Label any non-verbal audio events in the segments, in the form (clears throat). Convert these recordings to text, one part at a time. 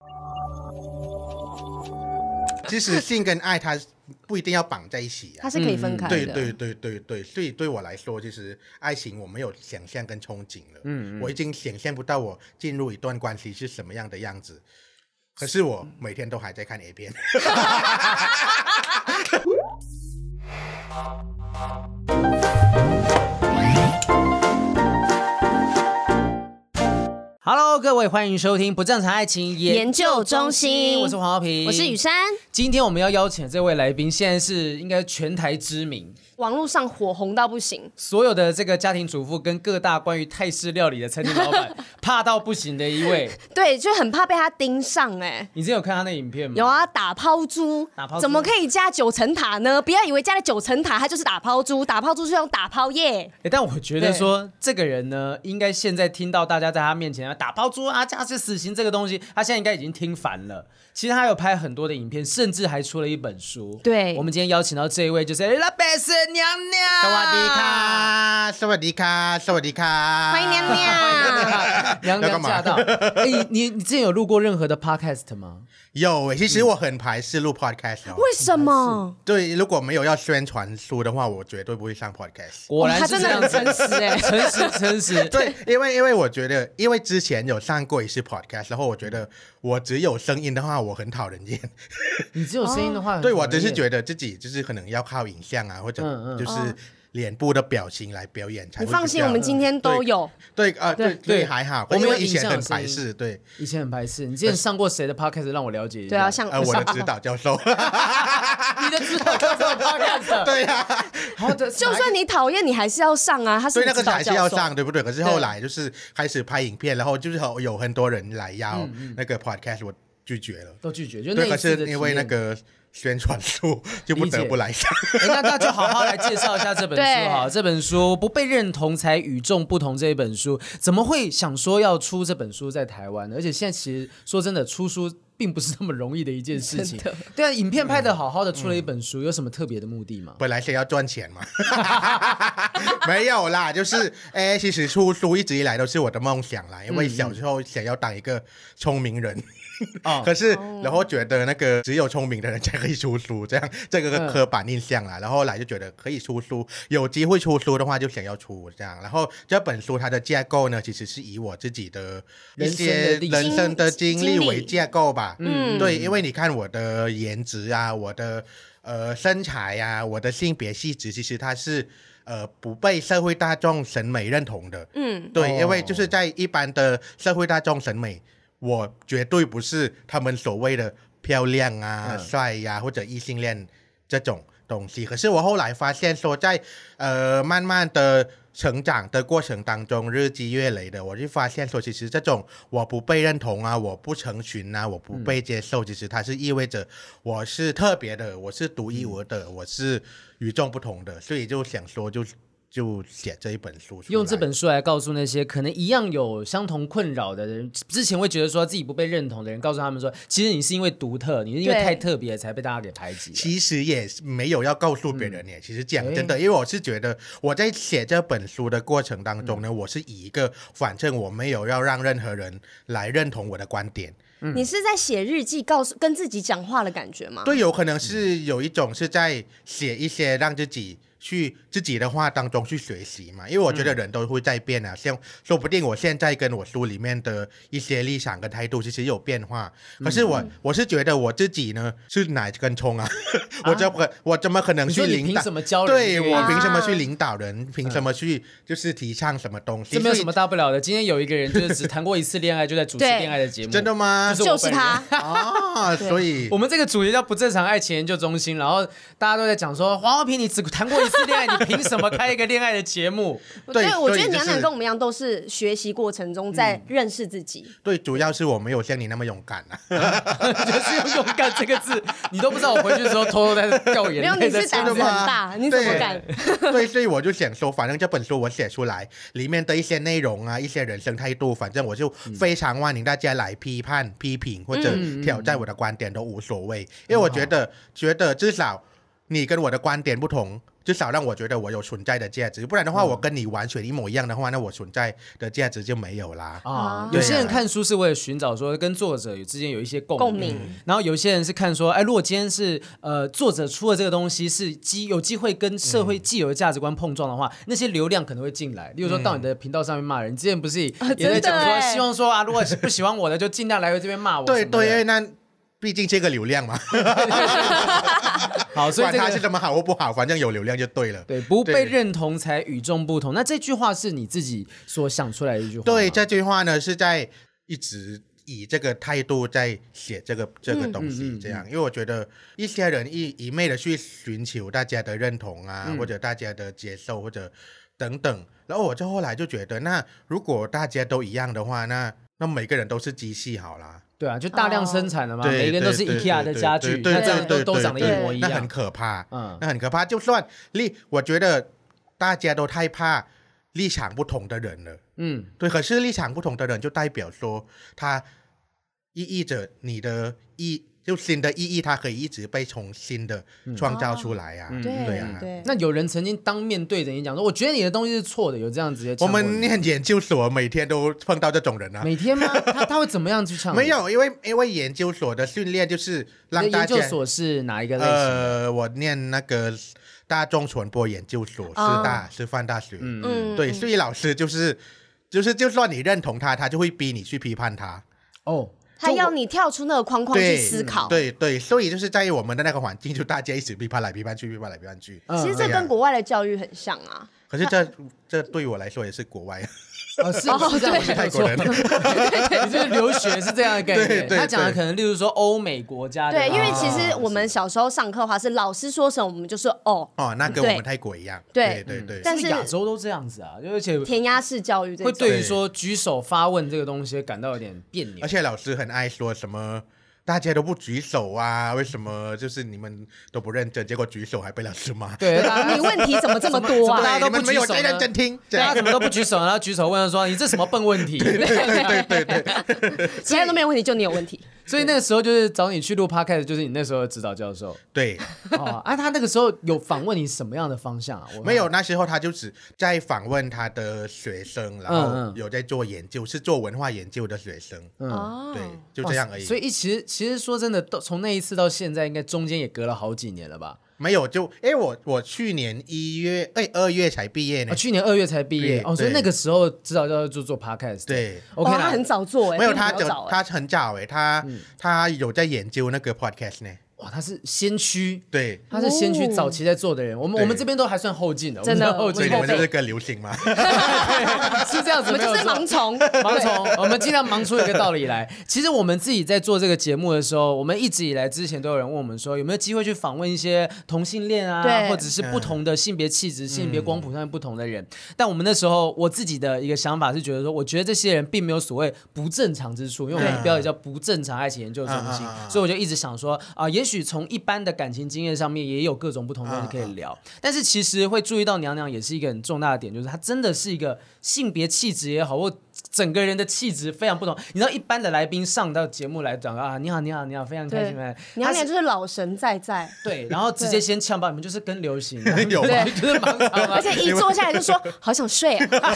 (laughs) 其实性跟爱它不一定要绑在一起啊它。是可以分开的。对对对对对，所以对我来说，其实爱情我没有想象跟憧憬了。嗯，我已经想象不到我进入一段关系是什么样的样子。可是我每天都还在看 A 片。 Hello，各位，欢迎收听不正常爱情研究中心我是黄浩平，我是雨。珊，今天我们要邀请的这位来宾，现在是应该全台知名， (laughs) 网络上火红到不行，所有的这个家庭主妇跟各大关于泰式料理的餐厅老板 (laughs) 怕到不行的一位。对，就很怕被他盯上哎、你之前有看他那影片吗？有，啊，打抛猪打抛猪，怎么可以加九层塔呢？不要以为加了九层塔，它就是打抛猪，打抛猪是用打抛液。欸、但我觉得说这个人呢，应该现在听到大家在他面前啊打包猪啊、假释死刑这个东西，他现在应该已经听烦了。其实他有拍很多的影片，甚至还出了一本书。对我们今天邀请到这一位就是拉贝斯娘娘， สวัสดีค่ะ (laughs) สวัสดีค่ะสวัสดีค่ะ 欢迎娘啊娘，娘要干娘嘛驾到。 (laughs) 哎、你你之前有录过任何的 podcast 吗？有诶，其实我很排斥录 podcast 哦。 (laughs) 为什么？对，如果没有要宣传书的话，我绝对不会上 podcast。 (laughs) 果哇然哦他是真这的样很子，诚实哎、诚实诚实。 (laughs) 对，因为因为我觉得，因为之前有上过一次 podcast，然后我觉得我只有声音的话，我很讨人厌。你只有声音的话，哦对我只是得觉得自己就是可能要靠影像啊，或嗯者嗯就是脸部的表情来表演才你会。放心，我们今天都。有。对啊，对对对，还好，我们因有为以前影像很有声排音斥。对，以前很排斥。你之前上过谁的 podcast 让我了解一下？对啊，像呃，我的指导教授。 (laughs) 你的 (laughs) 指导教授 podcast，对呀，好的，啊就算你讨厌，你还是要上啊。他是所以那你个指是导还是教要授上，对不对？可是后来就是开始拍影片，然后就是有有很多人来邀那个 podcast，我拒绝了。都拒绝，就那对，可一次是的因为体那验个宣传书就不得不来上。哎那那就好好来介绍一下这本 (laughs) 书对哈。这本书《不被认同才与众不同》这一本书，怎么会想说要出这本书在台湾呢？而且现在其实说真的，出书并不是那么容易的一件事 (laughs) 情真的。对啊，影片拍的好好嗯的，出了一本书，有什么特别的目的嗯吗？本来是要赚钱嘛， (laughs) 没有啦，就是哎、其实出书一直以来都是我的梦想啦，因嗯为小时候想要当一个聪明人，哦 (laughs) 可是然后觉得那个只有聪明的人才可以出书，这样 (laughs) 这个嗯刻板印象啦，然后后来就觉得可以出书，有机会出书的话就想要出这样，然后这本书它的架构呢，其实是以我自己的一人生些的历人生的经历经历为架构吧，嗯对，因为你看我的颜值啊，我的呃身材啊，我的性别气质，其实它是呃不被社会大众审美认同的。嗯，对，哦因为就是在一般的社会大众审美，我绝对不是他们所谓的漂亮啊、嗯帅呀、或者异性恋这种东西。可是我后来发现说在，呃慢慢的成长的过程当中，日积月累的，我就发现说，其实这种我不被认同啊，我不成群啊，我不被接受，其实它是意味着我是特别的，我是独一无二的，我是与众不同的，所以就想说就。就写这一本书出来，用这本书来告诉那些可能一样有相同困扰的人，之前会觉得说自己不被认同的人，告诉他们说，其实你是因为独特，你是因为对太特别才被大家给排挤的。其实也是没有要告诉别人耶。其实讲真的，因为我是觉得我在写这本书的过程当中呢，我是以一个反正我没有要让任何人来认同我的观点。嗯你是在写日记，告诉跟自己讲话的感觉吗？对，有可能是有一种是在写一些让自己。去自己的话当中去学习嘛，因为我觉得人都会在变啊，像说不定我现在跟我书里面的一些立场跟态度其实有变化，可是我、我是觉得我自己呢是哪根葱啊，我怎么可我怎么可能你去说你领凭导什么教人这对个？我凭什么啊去领导人？凭什么去就是提倡什么东西？这没有所以什么大不了的。今天有一个人就是只谈过一次恋爱，就在主持对恋爱的节目，真的吗？就是就是他，啊，所以 (laughs) 我们这个主题叫不正常爱情研究中心，然后大家都在讲说黄浩平，你只谈过一次恋爱，你凭什么开一个恋爱的节目？ (laughs) 对对，我所以就觉得娘娘是嗯跟我们一样，都是学习过程中在认识自己。对，主要是我没有像你那么勇敢啊。就是用“勇敢”这个字，你都不知道我回去的时候偷偷在掉没眼泪。有，你是在胆真子的很吗大，你怎么对嗯敢？ (laughs) 对，所以我就想说，反正这本书我写出来，里面的一些内容啊，一些人生态度，反正我就嗯非常欢迎大家来批判、嗯批评或者挑战我的观点都无所谓，因为我觉得，觉得至少。你跟我的观点不同，至少让我觉得我有存在的价值，不然的嗯话，我跟你完全一模一样的话，那我存在的价值就没有啦。啊啊，有些人看书是为了寻找说跟作者之间有一些共共鸣嗯然后有些人是看说，哎，如果今天是呃作者出了这个东西是机有机会跟社会既有的价值观碰撞的话，嗯那些流量可能会进来。例如说到你的频道上面骂人，你之前不 (laughs) 是也啊也在真讲的说，哎希望说啊，如果是不喜欢我的就尽量来这边骂我什么对的。对，因为那毕竟这个流量 (laughs) 嘛，好，所以管这它是个。怎么好或不好，反正有流量就对了。对，不被对认同才与众不同。那这句话是你自己所想出来的一句话吗。对这句话呢，是在一直以这个态度在写这个这个东嗯嗯西，嗯这样，因为我觉得一些人一一昧的去寻求大家的认同啊，嗯或者大家的接受，或者等等，然后我就后来就觉得，那如果大家都一样的话，那那每个人都是机器好啦，对啊，就大哦量生产了嘛，对每个人都是对对 IKEA 的对对家具，对那对这样都对都对长得一对模一那很样。可怕，嗯，那很可怕。就算立，我觉得大家都太怕立场不同的人了。嗯，对，可是立场不同的人就代表说，他意义着你的意，就新的意义，它可以一直被重新的创造出来啊。嗯对对啊。对那有人曾经当面对着你讲说，我觉得你的东西是错的，有这样直接我呛过你们念研究所每天都碰到这种人啊。每天吗？他他会怎么样 (laughs) 去呛？没，有，因为因为研究所的训练就是让你的大研家究所是哪一个类型？呃，我念那个大众传播研究所，师哦大、师范大学。嗯嗯，对，嗯所以老师就是就是，就算你认同他，他就会逼你去批判他。哦，他要你跳出那个框框去对，思考。对对，所以就是在于我们的那个环境，就大家一起批判来批判去，批判来批判去。嗯其实这对啊跟国外的教育很像啊，可是 (laughs) 这这对我来说也是国外， (laughs) 哦是哦是这样，对我没泰有国错。人 (laughs) 你这个留学是这样的概对念，对对他讲的可能，例如说欧美国家的，对，因为啊其实我们小时候上课的话是老师说什么我们就是哦，哦，那跟对我们泰国一样。对啊嗯对对对，但是亚洲都这样子啊，而且填鸭式教育这会种。对于说举手发问这个东西感到有点别扭而。且老师很爱说什么。大家都不举手啊？为什么就是你们都不认真，结果举手还被老师骂？对，大 (laughs) 家你问题怎么这么多怎么啊？ (laughs) 大家都对，你们不举没有手在呢认真听。这大家样怎么都不举手，然后举手问他说：“你这什么笨问题？” (laughs) (laughs) 其他人都没有问题，就你有问题。所以那个时候就是找你去录 podcast，就是你那时候的指导 (laughs) 教授。对，哦，啊，他那个时候有访问你什么样的方向啊？我没有，那时候他就只在访问他的学生，然嗯后嗯有在做研究，是做文化研究的学生。嗯哦对，就这样而已。所以其实其实说真的，都从那一次到现在，应该中间也隔了好几年了吧？没有，就哎，我我去年一月哎二月才毕业呢啊，。去年二月才毕业对哦，所以对那个时候指导教授就做 podcast。对， ，OK 哇他啦很。早做哎，没有比我他们要就早哎他很早哎，他他有在研究那个 podcast 呢。哇，他是先驱，对，他是先驱哦早期在做的人。我们对我们这边都还算后进的，我们真的算后所以进你后们就辈是跟流行嘛。 (laughs) (laughs) 是这样子，我们就是没有错盲从， (laughs) 盲从，我们尽量盲出一个道理来。其实我们自己在做这个节目的时候，我们一直以来之前都有人问我们说，有没有机会去访问一些同性恋啊，对或者是不同的性别气质、性别光谱上面不同的人。但我们那时候我自己的一个想法是觉得说，我觉得这些人并没有所谓不正常之处，因为我们的标题叫不正常爱情研究中心嗯嗯嗯，嗯所以我就一直想说啊、也许从一般的感情经验上面也有各种不同的嗯东西可以聊。但是其实会注意到娘娘也是一个很重大的点，就是她真的是一个性别气质也好，或整个人的气质非常不同。你知道一般的来宾上到节目来讲啊，你好你好你好，非常开心。非常开心娘她娘是就是老神在在，对，然后直接先呛爆你们，就是跟流行啊 (laughs) 有吗对就是盲肠啊 (laughs) 而。且一坐下来 (laughs) 就说好想睡啊，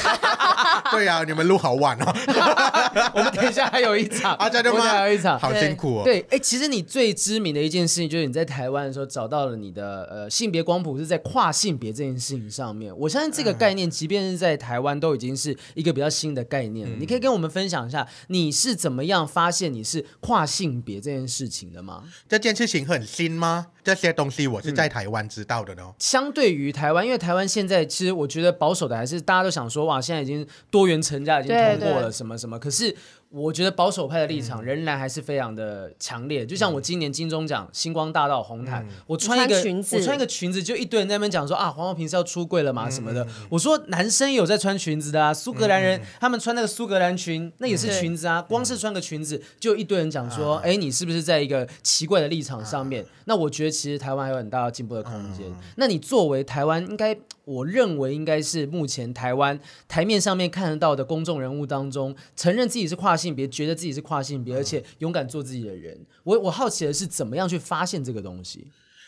对啊，你们录好晚哦，我 (laughs) 们等一下还有一场，啊，真的我们吗？还有一场，好辛苦哦。对，哎、其实你最知名的一件事情就是你在台湾的时候找到了你的呃性别光谱是在跨性别这件事情上面。我相信这个概念，即便是在台湾都已经是一个比较新的概念了。你可以跟我们分享一下你是怎么样发现你是跨性别这件事情的吗？这件事情很新吗？这些东西我是在台湾知道的呢。相对于台湾，因为台湾现在其实我觉得保守的还是大家都想说哇，现在已经多元成家已经通过对了对什么什么，可是我觉得保守派的立场仍然还是非常的强烈。就像我今年金钟奖星光大道红毯，我穿一个你穿裙子我穿一个裙子，就一堆人在那边讲说啊，黄浩平是要出柜了嘛什么的。我说男生也有在穿裙子的啊，苏格兰人、他们穿那个苏格兰裙，那也是对裙子啊，光是穿个裙子就有一堆人讲说，哎、你是不是在一个奇怪的立场上面？那我觉得其实台湾还有很大的进步的空间。那你作为台湾，应该我认为应该是目前台湾台面上面看得到的公众人物当中，承认自己是跨性别，觉得自己是跨性别，而且勇敢做自己的人。我我好奇的是怎么样去发现这个东西。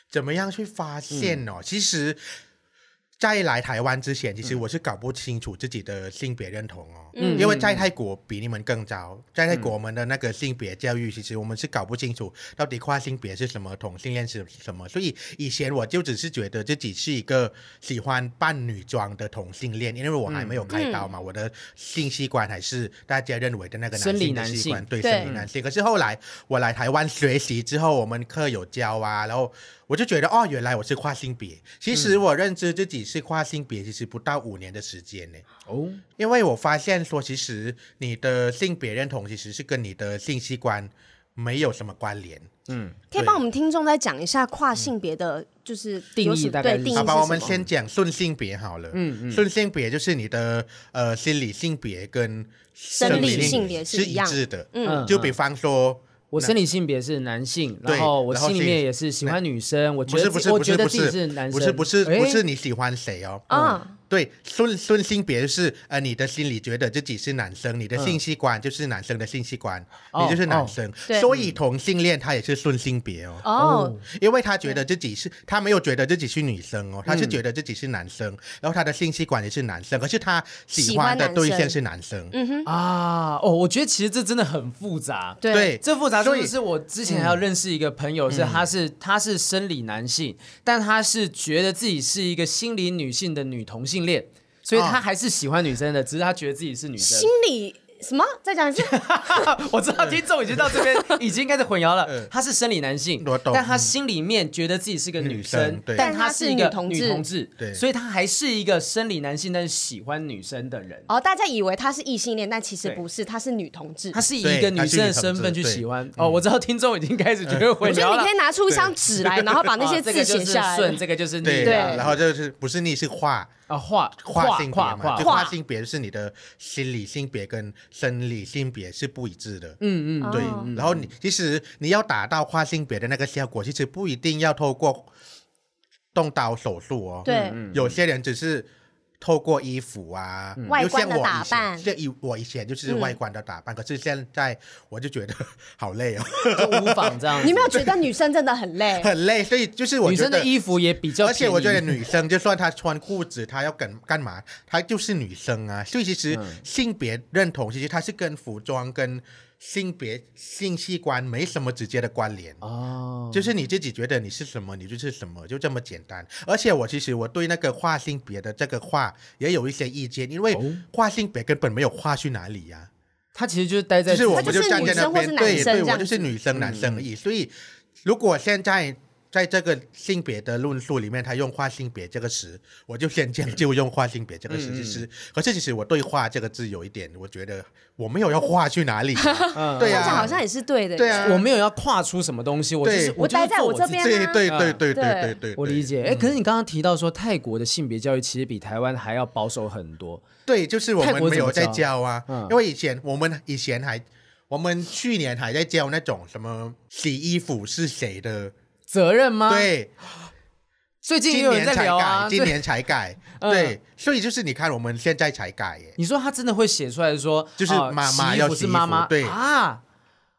怎么样去发嗯现哦？其实，在来台湾之前，其嗯实我是搞不清楚自己的性别认同哦。嗯因为在泰国比你们更早，在嗯泰国我们的那个性别教育，其实我们是搞不清楚到底跨性别是什么，同性恋是什么。所以以前我就只是觉得自己是一个喜欢扮女装的同性恋，因为我还没嗯有开刀嘛，我的性器官还是大家认为的那个生理的男器性官，对对生理男性。可是后来我来台湾学习之后，我们课有教啊，然后我就觉得哦，原来我是跨性别。其实我认知自己是跨性别，其实不到五年的时间呢。哦，因为我发现说，其实你的性别认同其实是跟你的性器官没有什么关联。嗯，可以帮我们听众再讲一下跨性别的，就是定义有什么大概对是定义好什是么吧，我什们么？先讲顺性别好了。嗯嗯顺性别就是你的呃心理性别跟生理性别是是一样致的。嗯就比方说，我生理性别是男性，对然后我然后心里是面也是喜欢女生，我觉不得是自不己是我不觉是得不自己是男生，不是不是不诶是你喜欢谁哦？啊，对，顺顺性别就是呃，你的心里觉得自己是男生，你的性器官就是男生的性器官，哦你就是男生。对所以同性恋他也是顺性别哦，哦，因为他觉得自己是，他没有觉得自己是女生嗯哦，他是觉得自己是男生，然后他的性器官也是男生，可是他喜喜欢欢的男对象生是男生。嗯哼，啊，哦，我觉得其实这真的很复杂。对对这复杂所真以嗯的是我之前还有认识一个朋友，是他是他是生理男性，但他是觉得自己是一个心理女性的女同性恋，所以啊他还是喜欢女生的，只是他觉得自己是女生心。理什么？再讲一次， (laughs) (laughs) 我知道听众已经到这边已经开始混淆了，他是生理男性嗯我，懂但他心里面觉得自己是个女女生生，对但他是一个但他是女同志女同志，对所以他还是一个生理男性，但是喜欢女生的人。哦，大家以为他是异性恋，但其实不是，他是女同志他。是以一个女生的身份去喜欢哦，我知嗯道听众已经开始觉得混我觉得淆你了可以。拿出一张纸来，然后把那些哦这字个就写是下来。顺，这个就是逆对，啊对然后就是不是你是跨啊，画跨画性别画嘛，画就跨跨性别就是你的心理性别跟生理性别是不一致的。嗯嗯，哦对，然后你其实你要达到跨性别的那个效果，其实不一定要透过动刀手术哦。对嗯，有些人只是透过衣服啊，嗯外就像观的我打以前，扮像以我以前就是外观的打扮，可是现在我就觉得好累哦， (laughs) 就无妨这样子。你有没有觉得女生真的很累？很累，所以就是我女觉生的得。衣服也比较而便宜，且我觉得女生，就算她穿裤子，她要干干嘛，她就是女生啊。所以其实嗯性别认同，其实它是跟服装、跟性别、性器官没什么直接的关联。哦，就是你自己觉得你是什么，你就是什么，就这么简单。而且我其实我对那个跨性别的这个跨也有一些意见，因为哦跨性别根本没有跨去哪里呀、他其实就是待在就是我它们就是站在那边，女生或是男对对，生这样嗯我就是女生男生而已。所以如果现在在这个性别的论述里面，他用跨性别这个词，我就先将就用跨性别这个词。嗯嗯其实，可是其实我对“跨”这个字有一点，我觉得我没有要跨去哪里啊、嗯对这啊样讲好像也是对的。对啊，我没有要跨出什么东西，我就对是我就是待在做我我这自己边对啊对啊对对对对对对，我对嗯理解。哎，可是你刚刚提到说泰国的性别教育其实比台湾还要保守很多，对，就是我泰们国没怎么有在教教啊，嗯因为以前我们以前还，我们去年还在教那种什么洗衣服是谁的，责任啊吗？，对，最近也今有人年在才改，聊啊，今对年才改，嗯对，所以就是你看我们现在才改耶，你说他真的会写出来说，就是呃妈妈洗衣要服洗是衣妈服妈，对啊，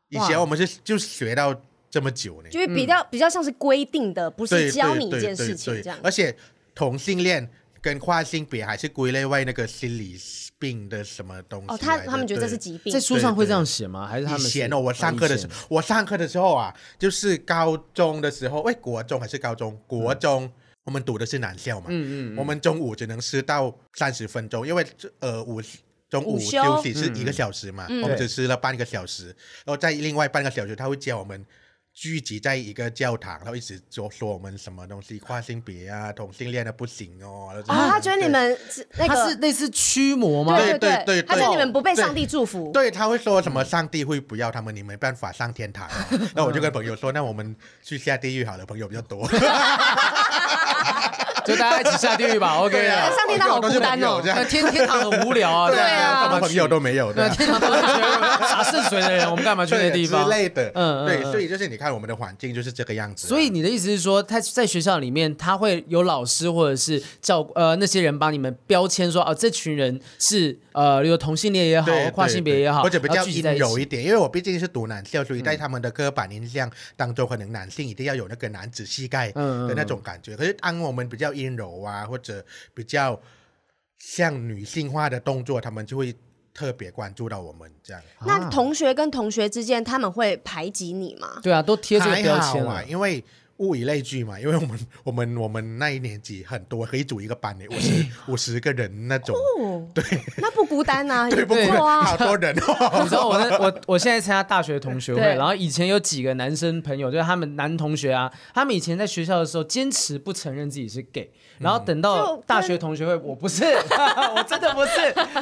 以前我们是就学到这么久呢，就会比较、比较像是规定的，不嗯对是教对你一对件对事情对这样。而且同性恋。跟跨性别还是归类为那个心理病的什么东西哦，他来的他们觉得这对是疾病在，书上会这样写吗？还是他们以是前哦，我上课的时候哦以前，我上课的时候啊，就是高中的时候，喂，国中还是高中？国中。我们读的是男校嘛，嗯嗯嗯我们中午只能吃到三十分钟，因为这呃午中午午休嗯休息是一个小时嘛，我们只吃了半个小时，然后在另外半个小时他会教我们聚集在一个教堂，然后一直说说我们什么东西跨性别啊、同性恋的不行哦，然后这啊，样他觉得你们是那他个是类似驱魔吗？对对啊对对他觉得你们不被对上帝祝福。对，他会说什么上帝会不要他们，你没办法上天堂 (laughs) 哦、 (laughs) 啊那我就跟朋友说，那我们去下地狱好了，朋友比较多。就大家一起下地狱吧。OK 对啊啊，上天堂好孤单哦都是朋友这样那天天堂很无聊啊，对什啊干嘛么去朋友都没有对的啊，。天堂都是学洒圣水的人，我们干 (laughs) 嘛去那对地之方？类的，嗯嗯对，嗯所以就是你看我们的环境就是这个样子啊，所以你的意思是说，他在学校里面，他会有老师或者是教呃那些人帮你们标签说，哦，这群人是呃有同性恋也好对，跨性别对也好，或者比然较后聚集在阴一柔起。一点，因为我毕竟是读男校，所以在他们的刻板印象当中，可能男性一定要有那个男子气概嗯嗯的那种感觉。可是当我们比较阴柔啊，或者比较像女性化的动作，他们就会特别关注到我们这样。那同学跟同学之间，他们会排挤你吗？对啊，都贴这个还标好签啊，了。因为物以类聚嘛，因为我们 (laughs) 我们我们那一年级很多，可以组一个 (laughs) 班的，五十五十个人那种，哦，对，那不孤单呐，对也不不对？错好啊。多人 (laughs) 哦。你知道我 (laughs) 那我我现在参加大学同学会，对然后以前有几个男生朋友，就是他们男同学啊，他们以前在学校的时候坚持不承认自己是 gay，然后等到就大学同学会，我不是， (laughs) 我真的不是，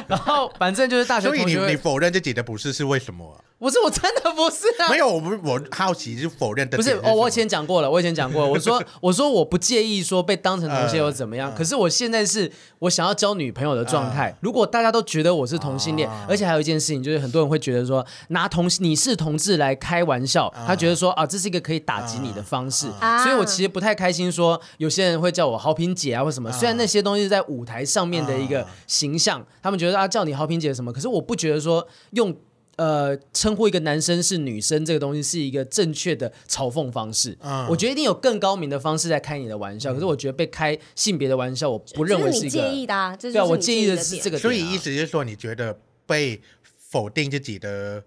然后反正就是大学所以同你学你会，否认自己的不是是为什么啊、不是我真的不是 (laughs) 啊，没有，我不我好奇是否认的不点是什么，哦，我以前讲过了，我以前讲过了，我 (laughs) 说我说我不介意说被当成同性又怎么样，可是我现在是我想要交女朋友的状态。如果大家都觉得我是同性恋，而且还有一件事情就是很多人会觉得说拿同你是同志来开玩笑，他觉得说啊这是一个可以打击你的方式，啊所以我其实不太开心说有些人会叫我好品姐啊或什么，虽然那些东西是在舞台上面的一个形象，他们觉得啊叫你好品姐什么，可是我不觉得说用。呃，称呼一个男生是女生这个东西是一个正确的嘲讽方式。啊我觉得一定有更高明的方式在开你的玩笑，可是我觉得被开性别的玩笑，我不认为这是一你个。介意的啊，这对啊，就是我你介介意意的的是点这个点啊、所以意思就是说，你觉得被否定自己的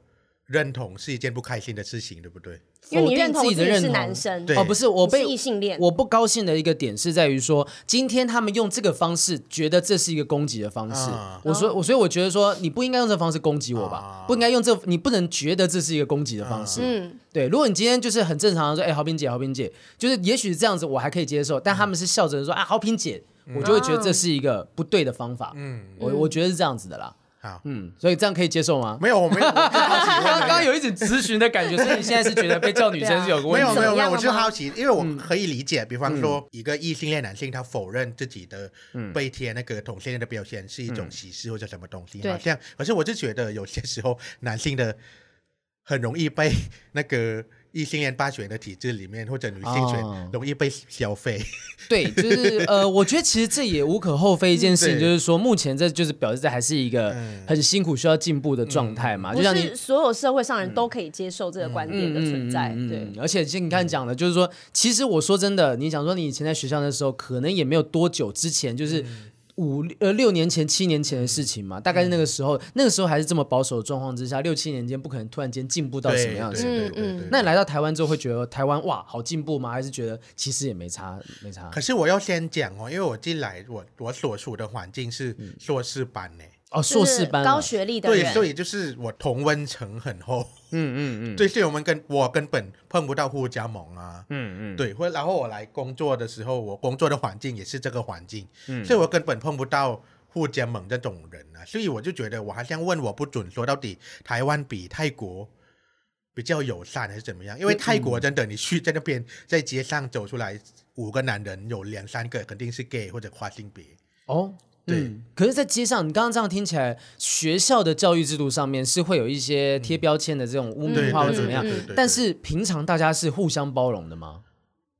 认同是一件不开心的事情，对不对？因为你认否同定自己的认是同男生，对哦，不是我你被是异性恋我不高兴的一个点是在于说，今天他们用这个方式，觉得这是一个攻击的方式。啊我说，我所以我觉得说，你不应该用这方式攻击我吧，啊不应该用这，你不能觉得这是一个攻击的方式。嗯，对，如果你今天就是很正常的说，哎、好萍姐，好萍姐，就是也许这样子我还可以接受，但他们是笑着说啊，好萍姐，我就会觉得这是一个不对的方法。嗯，我我觉得是这样子的啦。好，嗯，所以这样可以接受吗？没有，我没有，我就好奇问而已 (laughs) 刚刚有一种咨询的感觉，所以你现在是觉得被叫女生是有个没问有题没的。有没怎么有，样我了就吗好奇，因为我嗯可以理解，比方说一个异性恋男性他否认自己的嗯被贴那个同性恋的标签是一种歧视或者什么东西，对好像，可是我就觉得有些时候男性的很容易被 (laughs) 那个。异性恋霸权的体制里面，或者女性哦权容易被消费，对，就是呃，我觉得其实这也无可厚非一件事情，对就是说目前这就是表示这还是一个嗯很辛苦需要进步的状态嘛，不就像你是所有社会上人都可以接受这个观点的存在，嗯嗯对嗯。而且就你刚才讲的，就是说，其实我说真的，你想说你以前在学校的时候，可能也没有多久之前，就是。五呃六年前七年前的事情嘛，大概是那个时候，那个时候还是这么保守的状况之下，六七年间不可能突然间进步到什么样对子。对对嗯对嗯对那你来到台湾之后，会觉得台湾哇好进步吗？还是觉得其实也没差没差可？是我要先讲哦，因为我进来我我所处的环境是嗯硕士班呢、哦，就是硕士班了高学历的对，人，所以就是我同温层很厚，嗯嗯嗯对，所以我们跟我根本碰不到互加盟啊。嗯嗯，对，或然后我来工作的时候，我工作的环境也是这个环境，嗯所以我根本碰不到互加盟这种人啊，所以我就觉得我好像问我不准，说到底台湾比泰国比较友善还是怎么样？因为嗯泰国真的，你去在那边在街上走出来，五个男人有两三个肯定是 gay 或者跨性别，哦，对嗯可是，在街上，你刚刚这样听起来，学校的教育制度上面是会有一些贴标签的这种污名对化或对嗯怎么对样嗯对对对，但是平常大家是互相包容的吗？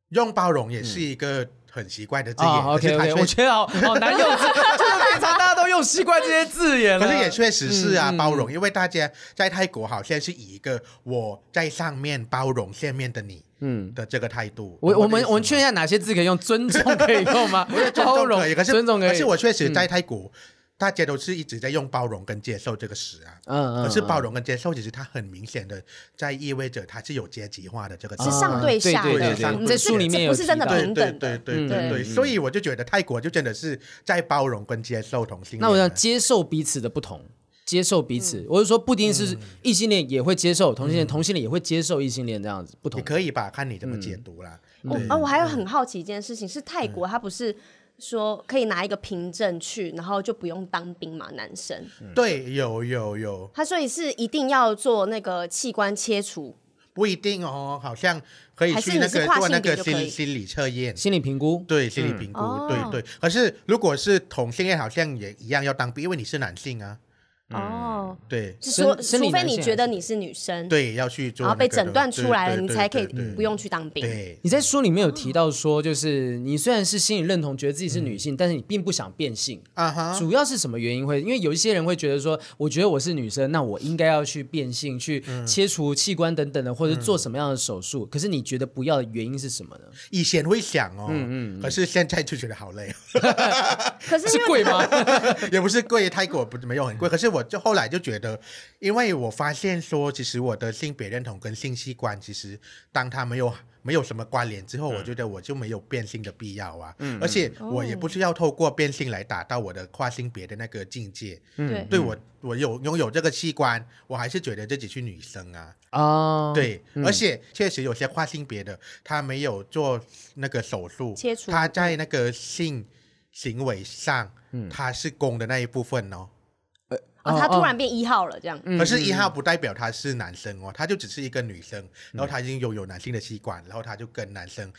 用包容也是一个很奇怪的字眼。啊可是，OK 它 OK，确我觉得 (laughs) 好好难用字， (laughs) 就是平常大家都用习惯这些字眼了。嗯可是也确实是啊，包容，因为大家在泰国好像是以一个我在上面包容下面的你，嗯的这个态度。我我懂的们意思我们吗确认一下哪些字可以用，尊重可以用 (laughs) 吗？包容可以，可是尊重嗯可以，可是我确实在泰国，大家都是一直在用包容跟接受这个词啊。嗯嗯，可是包容容跟接受，其实它很明显的在意味着它是有阶级化的这个啊词是上对下的，对对对对我们在这书个里面这有不是真的提到对平对等的对对对嗯对，嗯所以我就觉得泰国就真的是在包容跟接受同性恋啊。那我想接受彼此的不同，接受彼嗯此，我是说不一定是异性恋也会接受同性恋，同性恋也会接受异性恋这样子不同也。可以吧，看你怎么解读啦。嗯哦我啊，我还有很好奇一件事情，是泰国他不是说可以拿一个凭证去，然后就不用当兵嘛，男生，对，有有有，他所以是一定要做那个器官切除，不一定哦，好像可以还是去那你是个跨做那性别个就心可理以心理测验。心理评估，对心理评估，哦对对。可是如果是同性恋，好像也一样要当兵，因为你是男性啊，哦，对是说，嗯生生理除非男你性觉还得是你是女生，对，要去做然那后个的。被诊断对出来了，对你对才可以对对不用去当兵。对你在书里面有提到说，就是你虽然是心理认同，觉得自己是女嗯性，但是你并不想变性。啊哈，主要是什么原因会？因为有一些人会觉得说，我觉得我是女生，那我应该要去变性，去切除器官等等的，或者做什么样的手术。可是你觉得不要的原因是什么呢？以前会想哦，嗯嗯，可是现在就觉得好累哦。可是是因为贵吗？也不是贵，泰国不是没有很贵，可是我就后来就觉得，因为我发现说，其实我的性别认同跟性器官，其实当它没有没有什么关联之后，我觉得我就没有变性的必要啊，而且我也不是要透过变性来达到我的跨性别的那个境界，嗯对对我我有拥有这个器官，我还是觉得自己是女生啊， (laughs) 啊，对，而且确实有些跨性别的，他没有做那个手术切除他在那个性行为上，他是公的那一部分哦。啊，哦他突哦嗯然变一号了，这样可是一号不代表他是男生哦，他就只是一个女生，然后他已经拥有男性的器官，然后他就跟男生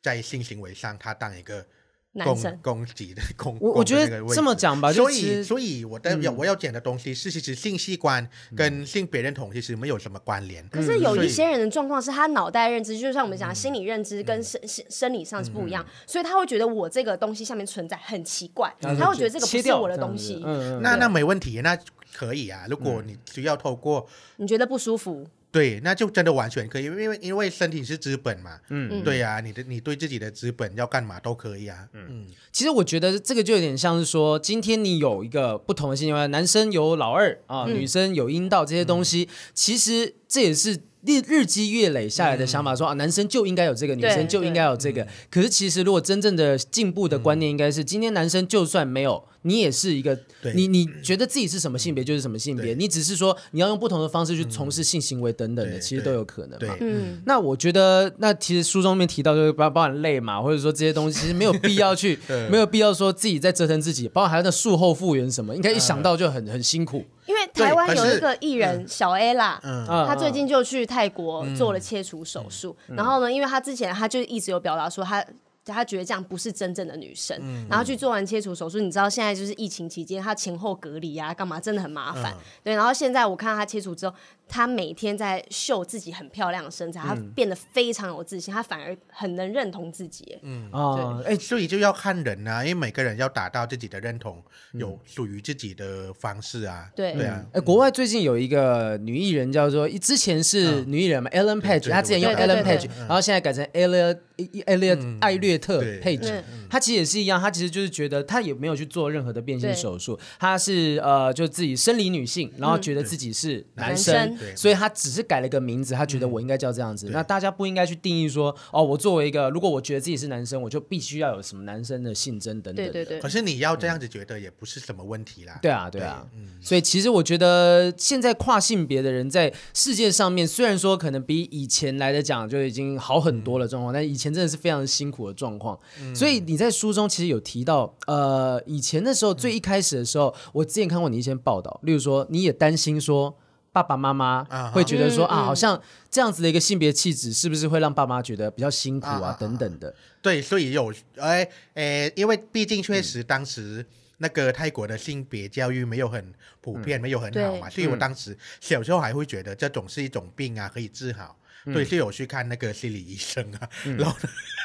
在性行为上，他当一个男公生公级的公。我公我的觉那得个位这么置讲吧，所就是以，所以我的、我要讲的东西是，其实性器官跟性别认同其实没有什么关联。嗯可嗯是有所一以些人的状况是他脑袋认知，就像我们讲的心理认知跟生生生理上是不一嗯样，所以他会觉得我这个东西下面存在很奇怪，他会觉得这个切不是掉我的这样东子西，嗯嗯那那没问题，那可以啊。如果你需要透过、你觉得不舒服，对，那就真的完全可以，因为因为因为身体是资本嘛，嗯，对啊，你的你对自己的资本要干嘛都可以啊，嗯，其实我觉得这个就有点像是说，今天你有一个不同的性器官，男生有老二啊，嗯女生有阴道这些东西，其实这也是。日日积月累下来的想法说啊，男生就应该有这个，女对生就应该有这嗯个。可是其实如果真正的进步的观念，应该是今天男生就算没有，你也是一个，对嗯你你觉得自己是什么性别就是什么性对别，嗯你只是说你要用不同的方式去从事性行为等等的，对其实对都有可能对嘛。，嗯，那我觉得，那其实书中面提到，就是包包含累嘛，或者说这些东西，其实没有必要去，没有必要说自己在折腾自己，包含还有那术后复原什么，应该一想到就很、很辛苦。因为台湾对可有是一个艺人小 A 啦，啊他最近就去泰国做了切除手术，然后呢，因为他之前他就一直有表达说他。他觉得这样不是真正的女生，然后去做完切除手术，你知道现在就是疫情期间，他前后隔离啊，干嘛真的很麻烦。对，然后现在我看到他切除之后，他每天在秀自己很漂亮的身材，他变得非常有自信，他反而很能认同自己。嗯，啊，哎、所以就要看人呐、啊，因为每个人要达到自己的认同，有属于自己的方式啊，对对啊，哎，国外最近有一个女艺人叫做，之前是女艺人嘛、e l l e n 对 Page，她之前用对对 e l l e 嗯对 n 嗯 Page，对然后现在改成 Elliot Elliot、艾略特对 Page，嗯她其实也是一样，她其实就是觉得她也没有去做任何的变性对嗯手术，她是呃就自己生理女性，然后觉得自己是男生，男生嗯对所以她只是改了个名字，她觉得我应该叫这样子。那大家不应该去定义说，哦，我作为一个如果我觉得自己是男生，我就必须要有什么男生的性征等等对的对对可。是你要这样子觉得也不是什么问题啦，对啊，对啊，所以其实我觉得现在跨性别的人在世界上面，虽然说可能比以前来的讲就已经好很多了状况，但以前真的是非常辛苦的状况。所以你在书中其实有提到，呃，以前的时候最一开始的时候，我之前看过你一些报道，例如说你也担心说。爸爸妈妈啊哈会觉得说、嗯啊，嗯好像这样子的一个性别气质，是不是会让爸妈觉得比较辛苦啊啊啊啊等等的？对，所以有，哎，哎，因为毕竟确嗯实当时那个泰国的性别教育没有很普嗯遍，没有很好嘛，所以我当时小时候还会觉得这种是一种病啊，可以治好。对，所以我去看那个心理医生啊，然后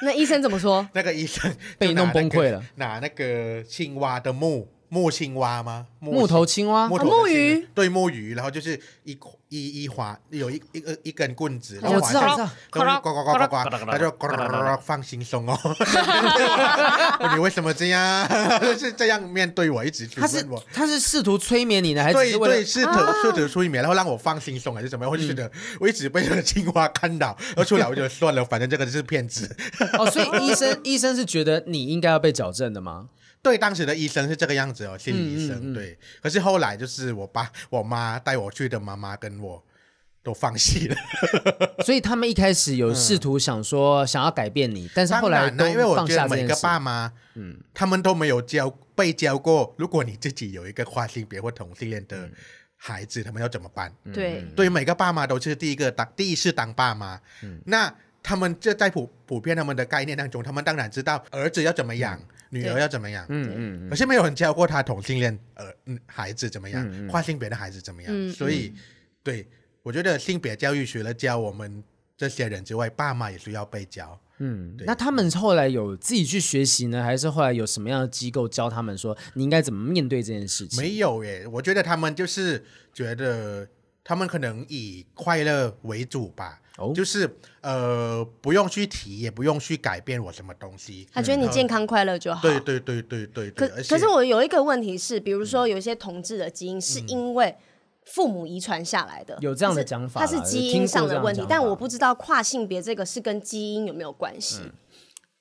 那医生怎么说？那个医生嗯被就弄拿那崩个溃了，拿那个青蛙的木木青蛙吗？木头青青蛙木啊头木的青蛙鱼对木鱼，然后就是一一一划有一一个一根棍子，哦然后我知道划我知道然后就呱呱呱呱呱，他就呱呱呱呱呱放轻松哦。你为什么这样？是这样面对我，一直去他是问我。他是试图催眠你呢，还是只对是为了对，是的，是的，催眠，然后让我放轻松还是怎么样？我就觉得我一直被这个青蛙看到，然后出来我就算了，反正这个是骗子。 (laughs) 哦，所以医 (laughs) 生医生是觉得你应该要被矫正的吗？对，当时的医生是这个样子哦，心理医生。对，可是后来就是我爸、我妈带我去的，妈妈跟我都放弃了。所以他们一开始有试图想说想要改变你，但是后来嗯当然都啦因为我放觉下得这每件个事。爸妈，嗯，嗯他们都没有教被教过，如果你自己有一个跨性别或同性恋的。孩子他们要怎么办？对，对于每个爸妈都是第一个当第一次当爸妈，嗯那他们这在普普遍他们的概念当中，他们当然知道儿子要怎么养，女儿要怎么养，嗯嗯可是没有人教过他同性恋儿嗯孩子怎么样，嗯跨性别的孩子怎么样，嗯所以对我觉得性别教育除了教我们这些人之外，爸妈也需要被教。嗯对。那他们后来有自己去学习呢，还是后来有什么样的机构教他们说你应该怎么面对这件事情？没有耶，我觉得他们就是觉得他们可能以快乐为主吧，哦就是呃不用去提，也不用去改变我什么东西。他觉得你健康快乐就好。对对对对对可对，而且可是我有一个问题是，比如嗯说有一些同志的基因是因为父母遗传下来的，有这样的它是讲法它啦是基有听因过上的问题这样的讲法，但我不知道跨性别这个是跟基因有没有关系。嗯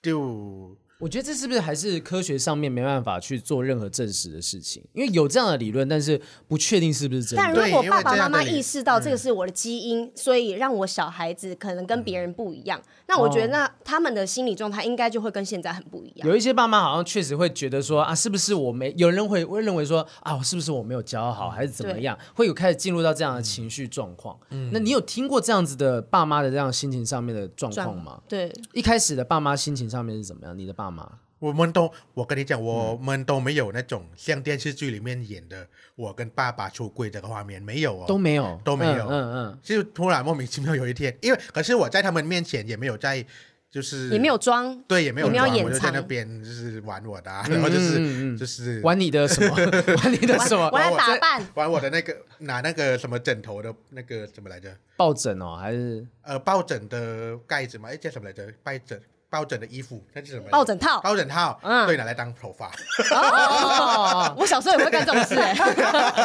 就我觉得这是不是还是科学上面没办法去做任何证实的事情？因为有这样的理论，但是不确定是不是真但的。如对果因为爸爸这妈样的妈理意识到这个是我的基因，所以让我小孩子可能跟别人不一样，那我觉得那他们的心理状态应该就会跟现在很不一样。有一些爸妈好像确实会觉得说啊，是不是我没？有人会会认为说啊，我是不是我没有教好，还是怎么样？会有开始进入到这样的情绪状况。那你有听过这样子的爸妈的这样心情上面的状状况吗？对，一开始的爸妈心情上面是怎么样？你的爸妈？我们都，我跟你讲，我嗯们都没有那种像电视剧里面演的我跟爸爸出柜这个画面，没有哦，都没有，都没有嗯嗯嗯，就突然莫名其妙有一天，因为可是我在他们面前也没有在，就是也没有装，对也没有也没有装掩我就在那藏边就是玩我的、啊，然后就是、嗯嗯嗯就是玩你的 (laughs) 什么？玩你的什么？我把来我打扮。玩我的那个拿那个什么枕头的那个什么来着？抱枕哦，还是呃，抱枕的盖子嘛，哎叫什么来着？抱枕抱枕的衣服，那是什么来着？抱枕套抱枕套，嗯对，拿来当头发。 (laughs) 哦， (laughs) 我小时候也会干这种事、欸， (laughs)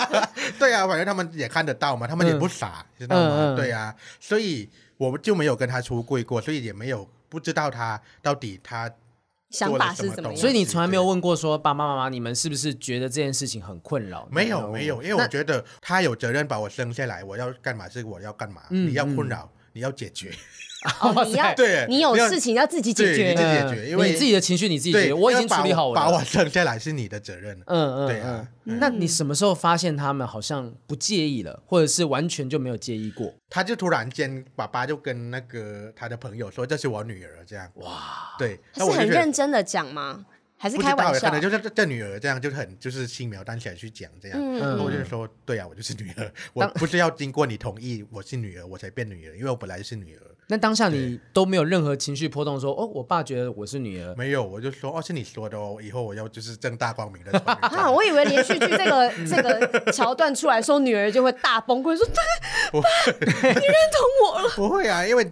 对啊，反正他们也看得到嘛，他们也不傻，知道吗？嗯嗯对啊，所以我就没有跟他出柜过，所以也没有不知道他到底他想法是怎么样？所以你从来没有问过说爸爸妈妈你们是不是觉得这件事情很困扰？没有没有，因为那我觉得他有责任把我生下来，我要干嘛是我要干嘛，嗯你要困扰，你要解决，哦，你 (laughs) 要对你有你要事情要自己解对决你。自己解决因为你自己的情绪你自己解对，决，我已经因为处理把好我把的我了。生下来是你的责任，嗯嗯，对啊嗯。那你什么时候发现他们好像不介意了，或者是完全就没有介意过？他就突然间，爸爸就跟那个他的朋友说：“这是我女儿。”这样哇，对，那是我就很觉得认真的讲吗？还是不知开道玩欸，可笑？能就是这这女儿这样，就是很就是轻描淡写去讲这样。嗯然后我嗯就说：“对啊，我就是女儿，我不是要经过你同意，我是女儿，我才变女儿，因为我本来就是女儿。那当下你都没有任何情绪波动，说哦，我爸觉得我是女儿，没有，我就说哦，是你说的哦，以后我要就是正大光明 (laughs) 的。啊，我以为连续剧 (laughs) 这个这个桥段出来的时候，女儿就会大崩溃，说：“不爸，你认 (laughs) 同我了。不会啊，因为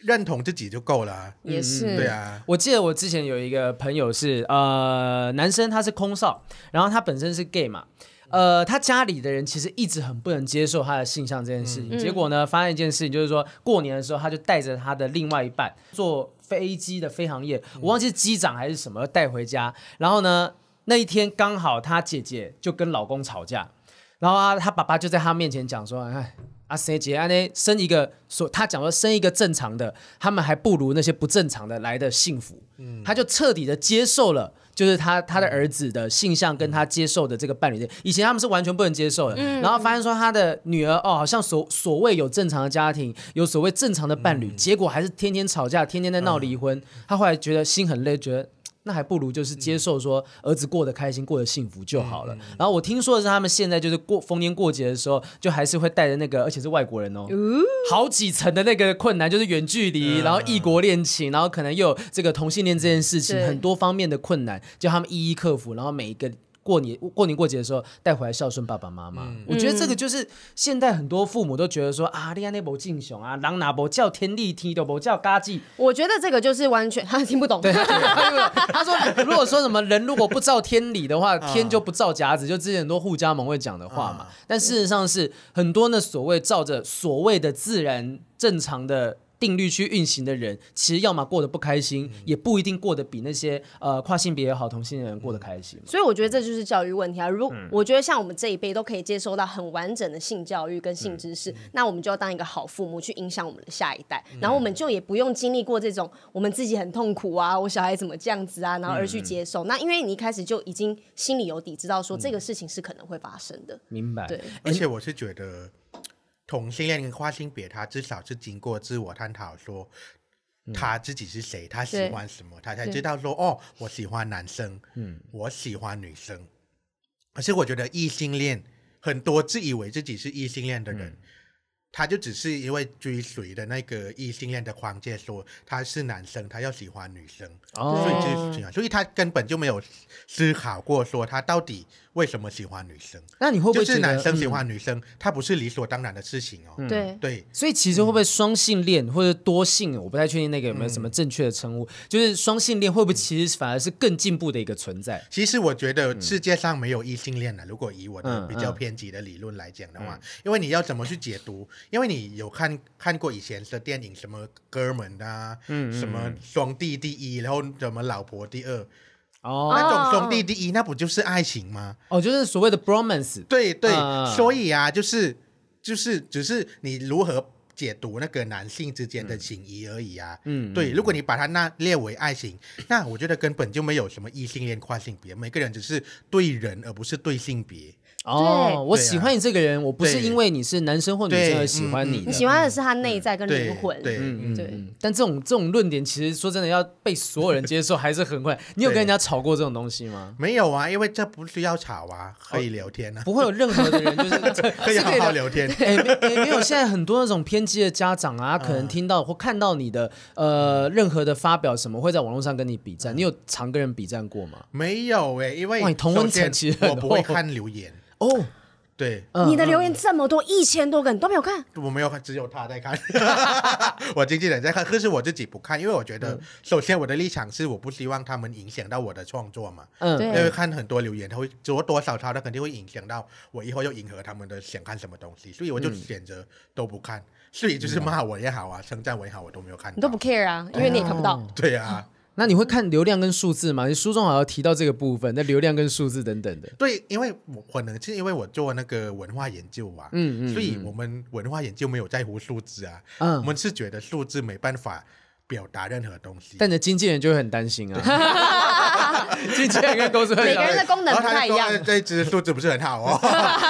认同自己就够了啊”。也是，对，啊，我记得我之前有一个朋友是呃男生，他是空少，然后他本身是 gay 嘛。呃，他家里的人其实一直很不能接受他的性向这件事情。结果呢，发现一件事情，就是说过年的时候，他就带着他的另外一半坐飞机的飞行业，我忘记是机长还是什么带回家。然后呢，那一天刚好他姐姐就跟老公吵架，然后啊，他爸爸就在他面前讲说：“哎，阿谁姐安呢生一个说，他讲说生一个正常的，他们还不如那些不正常的来的幸福。”他就彻底的接受了。就是他他的儿子的性向跟他接受的这个伴侣，以前他们是完全不能接受的。然后发现说他的女儿哦，好像所所谓有正常的家庭，有所谓正常的伴侣，结果还是天天吵架，天天在闹离婚。他后来觉得心很累，觉得那还不如就是接受说儿子过得开心、过得幸福就好了。然后我听说的是他们现在就是过逢年过节的时候，就还是会带着那个，而且是外国人哦，好几层的那个困难，就是远距离，然后异国恋情，然后可能又有这个同性恋这件事情，对很多方面的困难，就他们一一克服，然后每一个。过年过年过节的时候带回来孝顺爸爸妈妈，我觉得这个就是现在很多父母都觉得说啊，利安那波敬雄啊，狼拿波叫天地踢都波叫嘎叽，我觉得这个就是完全 (laughs) 他听不懂， (laughs) 对，他说如果说什么人如果不照天理的话，嗯天就不照夹子，就之前很多互加盟会讲的话嘛。但事实上是很多呢，所谓照着所谓的自然正常的。定律去运行的人，其实要么过得不开心，嗯也不一定过得比那些呃跨性别也好、同性恋人过得开心。所以我觉得这就是教育问题啊！如嗯果、我觉得像我们这一辈都可以接收到很完整的性教育跟嗯性知识，那我们就要当一个好父母去影响我们的下一嗯代，然后我们就也不用经历过这种我们自己很痛苦啊，我小孩怎么这样子啊，然后而去嗯接受。那因为你一开始就已经心里有底，知道说嗯这个事情是可能会发生的。嗯明白。对，而且我是觉得同性恋跟跨性别，他至少是经过自我探讨，说他自己是谁，他喜欢什么，他才知道说哦，我喜欢男生，嗯，我喜欢女生。可是我觉得异性恋很多自以为自己是异性恋的人。他就只是因为追随的那个异性恋的框架，说他是男生，他要喜欢女生，所以哦，就是这样，所以他根本就没有思考过说他到底为什么喜欢女生。那你会不就会觉是得男生嗯喜欢女生，他不是理所当然的事情哦。对，对，所以其实会不会双性恋或者多性，我不太确定那个有没有什么正确的称嗯呼，就是双性恋会不会其实反而是更进步的一个存在？其实我觉得世界上没有异性恋的。如果以我的嗯比较嗯偏激的理论来讲的话，因为你要怎么去解读？因为你有看看过以前的电影，什么哥们啊，嗯什么兄弟第一，然后什么老婆第二，哦那种兄弟第一，那不就是爱情吗？哦，就是所谓的 bromance，对对，啊所以啊，就是就是只是你如何解读那个男性之间的情谊而已啊。嗯，对，如果你把它那列为爱情，那我觉得根本就没有什么异性恋、跨性别，每个人只是对人而不是对性别。哦对，我喜欢你这个人，我不是对因为你是男生或女生对而喜欢你你的。喜欢的是他内在跟对灵魂。对嗯对。嗯但这种这种论点，其实说真的，要被所有人接受还是很困难。你有跟人家吵过这种东西吗？没有啊，因为这不需要吵啊，可以聊天啊，不会有任何的人就是可以好好聊天。 (laughs) 哎、没哎没有，现在很多那种偏激的家长啊，可能听到或看到你的呃任何的发表什么，会在网络上跟你比战。你有常跟人比战过吗？没有诶，因哇为你同温层首先其实很我不会厚看留言，哦，对。你的留嗯言这么多，一千多个，你都没有看，我没有看，只有他在看， (laughs) 我经纪人在看，可是我自己不看，因为我觉得，首先我的立场是我不希望他们影响到我的创作嘛，嗯，对因为看很多留言，他会多多少少他肯定会影响到我以后要迎合他们的想看什么东西，所以我就选择都不看，所以就是骂我也好啊，称赞我也好，我都没有看到，你都不 care 啊，因为你也看不哦到。 (laughs) 对啊，那你会看流量跟数字吗？你书中好像提到这个部分，那流量跟数字等等的。对，因为我可能是因为我做那个文化研究啊，嗯嗯所以我们文化研究没有在乎数字啊，嗯我们是觉得数字没办法表达任何东西，但你的经纪人就会很担心啊， (laughs) 经纪人跟公司会每个讲，人的功能然不后他太一就说样呃。这一只数字不是很好哦，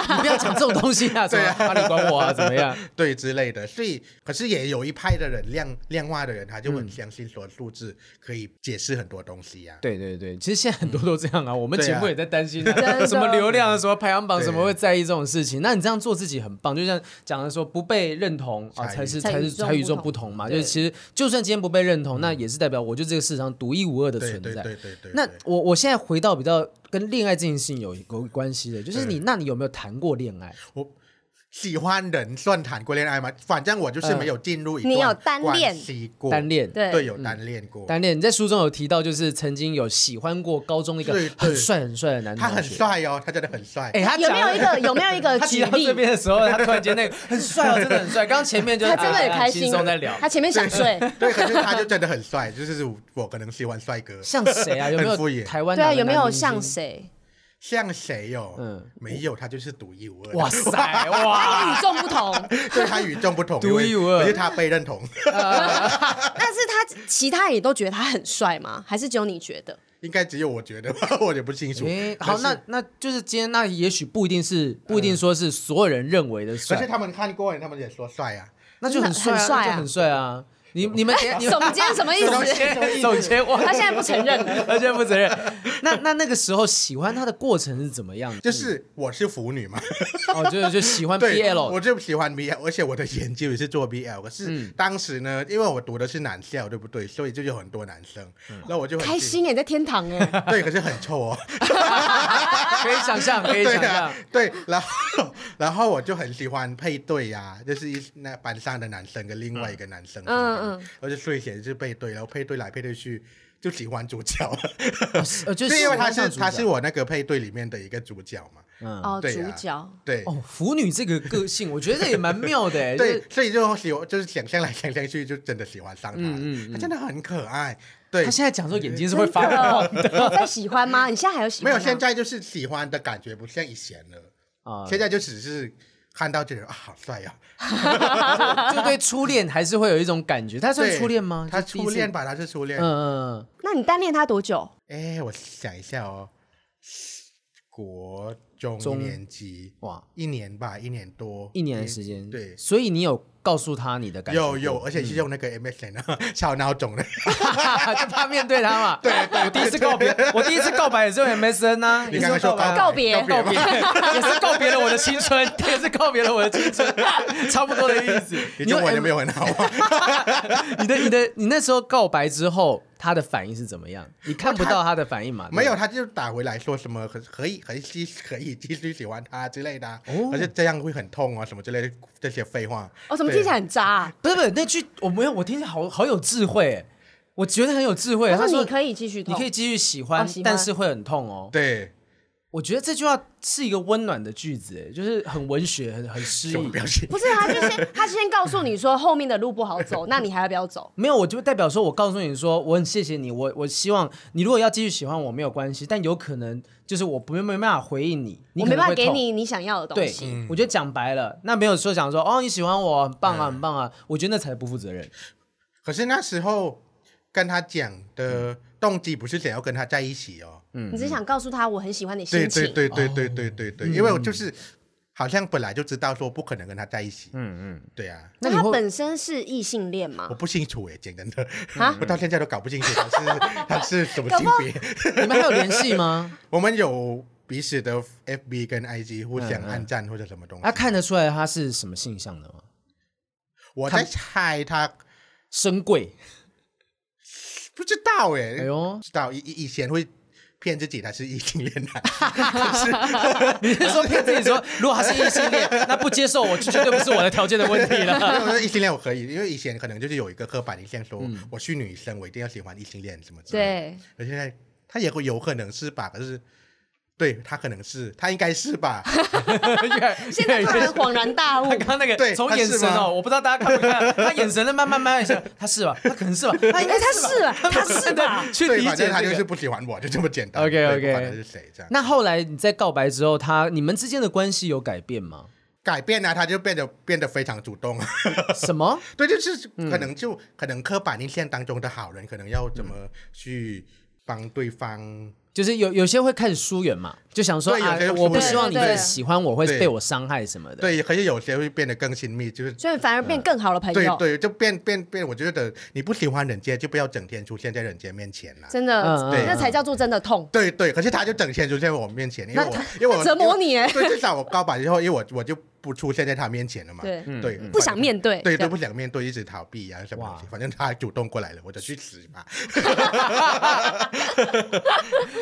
(laughs) 你不要讲这种东西啊，什么对啊啊你管我啊，怎 (laughs) 么样？对之类的。所以，可是也有一派的人量量化的人，他嗯就很相信说数字可以解释很多东西呀、啊对对对，其实现在很多都这样啊，我们对啊节目也在担心、真的什么流量、啊什么排行榜，对什么会在意这种事情。那你这样做自己很棒，就像讲的说不被认同啊，才才是才才与是众才与不众同不同嘛。就对是其实就算今天不被认同，那也是代表我就这个市场独一无二的嗯对存对在。对对对。那对我我现在回到比较跟恋爱这件事情有有关系的，就是你，对那你有没有谈过恋爱？我喜欢人算谈过恋爱吗？反正我就是没有进入一段你有单恋关系过，单恋嗯对对有单恋过。单恋，你在书中有提到，就是曾经有喜欢过高中一个对对很帅很帅的男同他学，很帅哦，他真的很帅。哎、他有讲没有一个有没有一个他提举到这例？边的时候，他突然间那个很 (laughs) 帅哦，真的很帅。刚刚前面就是他真的很啊开轻心松在聊，他前面想 (laughs) 睡，对，可是他就真的很帅，就是我可能喜欢帅哥。像谁啊？有没很敷有衍台湾对哪啊，个有没有男明星像？ (laughs) 谁？像谁哦？嗯嗯，没有，他就是独一无二的。哇塞 (laughs) 他也哇！与众不同， (laughs) 对他与众不同，独一无因二为可是他被认同， (laughs) 但是他其他人也都觉得他很帅吗？还是只有你觉得？应该只有我觉得吧， (laughs) 我也不清楚。诶，好，可那是那就是今天，那也许不一定是不一定说是所有人认为的可是帅，他们看过，他们也说帅啊。那就很帅很帅啊，啊那就很帅啊！你你们等 (laughs) 一下你们总监什么意思？手牵我， (laughs) 他现在不承 (laughs) 认 (laughs) 了。他现在不承认。那那那个时候喜欢他的过程是怎么样的？就是我是腐女嘛，哦，就是就喜欢对， BL，我就喜欢 BL，而且我的研究也是做 BL。可是嗯当时呢，因为我读的是男校，对不对？所以就有很多男生，嗯那我就很开。心哎，在天堂哎，对，可是很臭哦。可以想象， (laughs) 可以对想象啊。，对，然后啊然后我就很喜欢配对呀、就是一那班上的男生跟另外一个男生，嗯嗯嗯嗯而且所以显然是配对，然后配对来配对去，就喜欢主角了，呃，就就是因为他喜欢是上主他角是我那个配对里面的一个主角嘛，哦，对主啊角。对。哦，腐女这个个性，我觉得这也蛮妙的欸，就对是，所以就喜欢就是想象来想象去，就真的喜欢上他了。嗯他真的很可爱，对他，现在讲说眼睛是真会发光的，哦呃有 (laughs) 在喜欢吗？你现在还有喜没欢有吗？现在就是喜欢的感觉不像以前了， (laughs) 啊，现在就只是看到这个人啊，好帅呀、就对初恋还是会有一种感觉。他对算初恋吗？他就是第一初次恋，吧，他是初恋嗯。嗯，嗯那你单恋他多久？哎、我想一下哦，国中中年级哇，一年吧，一年多，一年的时间，对所以你有告诉他你的感觉，嗯有有，，而且是用那个 MSN 啊， (laughs) 小脑肿的。 (laughs) 就怕面对他嘛。对，我第一次告别，我第一次告白也是用 MSN 啊，你刚刚说白告别告告别别，吗，也是告别了我的青春， (laughs) 也是告别了我的青春， (laughs) 差不多的意思。你中文有没有？有很好啊？你的你的你那时候告白之后，他的反应是怎么样？你看不到他的反应嘛？对吧没有，，他就打回来说什么可可以可以继可以继续喜欢他之类的、啊，哦而且这样会很痛啊什么之类的这些废话。哦，怎么听起来很渣啊？不是不是，那句我没有，我听起来好好有智慧欸，我觉得很有智慧。他他说说你可以继续你痛，可以继续喜欢哦喜，欢但是会很痛哦。对，我觉得这句话是一个温暖的句子，哎，就是很文学，很很诗什么意。表情？不是啊他就先他先告诉你说后面的路不好走，那你还要不要走？没有，我就代表说，我告诉你说，我很谢谢你，我我希望你如果要继续喜欢我没有关系，但有可能就是我不没没办法回应你，你我可没能办会法给痛。你你想要的东对西。，我觉得讲白了，那没有说想说哦你喜欢我很棒啊很棒啊，我觉得那才不负责任。可是那时候跟他讲的动机不是想要跟他在一起哦。你只想告诉他我很喜欢你对心对情，对对对对对对，因为我就是好像本来就知道说不可能跟他在一起。嗯嗯，对啊，那那你他会本身是异性恋吗我？不清楚哎，讲真的啊，我到现在都搞不清楚他是他是什么搞性不好别。你们还有联系 (laughs) 吗？我们有彼此的 FB 跟 IG 互相暗赞或者什么东西嗯啊，。看得出来他是什么性向的吗？我在猜他深贵，不知道哎，哎呦不，知道以以以前会骗自己他是异性 (laughs) 恋男，你是说骗自己说，如果他是异性恋，那不接受我就绝对不是我的条件的问题 (laughs) 了。因为异性恋我可以，因为以前可能就是有一个刻板印象说，嗯我是女生，我一定要喜欢异性恋什么之类的。对，而现在他也会有可能是吧，可是对他可能是，他应该是 (laughs) 吧？越来现越来在越突然恍然大悟 (laughs) 他，刚刚那对个从他眼是神吗哦，我不知道大家看不看，他眼神的慢慢慢慢一下，他是吧？他可能是吧？他应该哎他是吧他是 (laughs) 吧去对，理反解正他这就是个。不喜欢我，就这么简单。 OK，OK 对不管他是谁这样？那后来你在告白之后，他你们之间的关系有改 (laughs) 变吗？改变呢、他就变得变得非常主动。什么？对，就是可嗯能就、可能刻板印象当中的好人，可能要怎么去帮对方。就是有有些会开始疏远嘛，就想说对啊有些，会我疏不远希望你对对对喜欢我会对被我伤害什么的。对，可是有些会变得更亲密，就是所以反而变更好的朋对友。对，就变变变，我觉得你不喜欢人家，就不要整天出现在人家面前啦。真的嗯嗯，对那才叫做真的痛。对对，可是他就整天出现在我面前，因为那我他因为我他折磨你因为哎对，至少我告白之后，因为我我就不出现在他面前了嘛，对嗯对，不想面对嗯对这对，样不想面对，一直逃避啊什么东西哇，反正他主动过来了，我就去死 (laughs) 吧。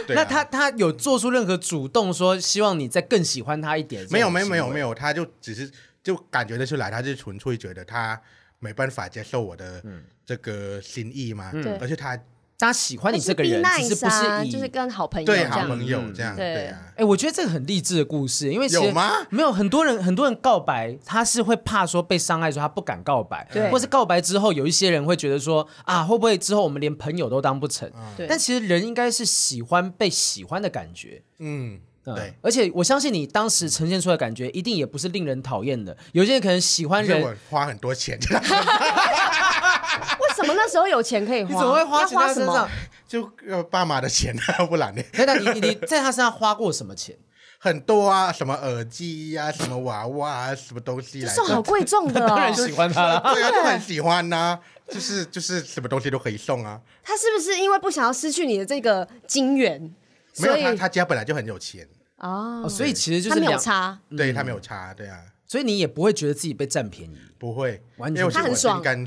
对啊那他他有做出任何主动说希望你再更喜欢他一点？没有没有没有没有。有，他就只是就感觉得出来，他是纯粹觉得他没办法接受我的这个心意嘛，对而且他他喜欢你但这是个 be 人，只 nice 是不啊，是以就是跟好朋友这对好样。朋友这样，对对啊哎、，我觉得这个很励志的故事，因为其实有吗没有很多人，很多人告白，他是会怕说被伤害，说他不敢告白，对或是告白之后，有一些人会觉得说啊，会不会之后我们连朋友都当不成？对但其实人应该是喜欢被喜欢的感觉。嗯，嗯对。而且我相信你当时呈现出来的感觉，一定也不是令人讨厌的。有些人可能喜欢而且人，我花很多钱， (laughs) 为什么那时候有钱可以花？你怎么会花要钱在他什身么上？？就呃爸妈的钱啊，不然呢？那那你你你在他身上花过什么 (laughs) 钱？很多啊，什么耳机呀、什么娃娃啊，什么东西就来送好着？贵重的哦，当然喜欢他了。对啊，就很喜欢呐、就是就是什么东西都可以送啊。他是不是因为不想要失去你的这个金源，没所有以他，他家本来就很有钱，哦哦，所以其实就他是没有两，差，对他没有差，对啊，所以你也不会觉得自己被占便宜。不会，完全因为我他很爽心甘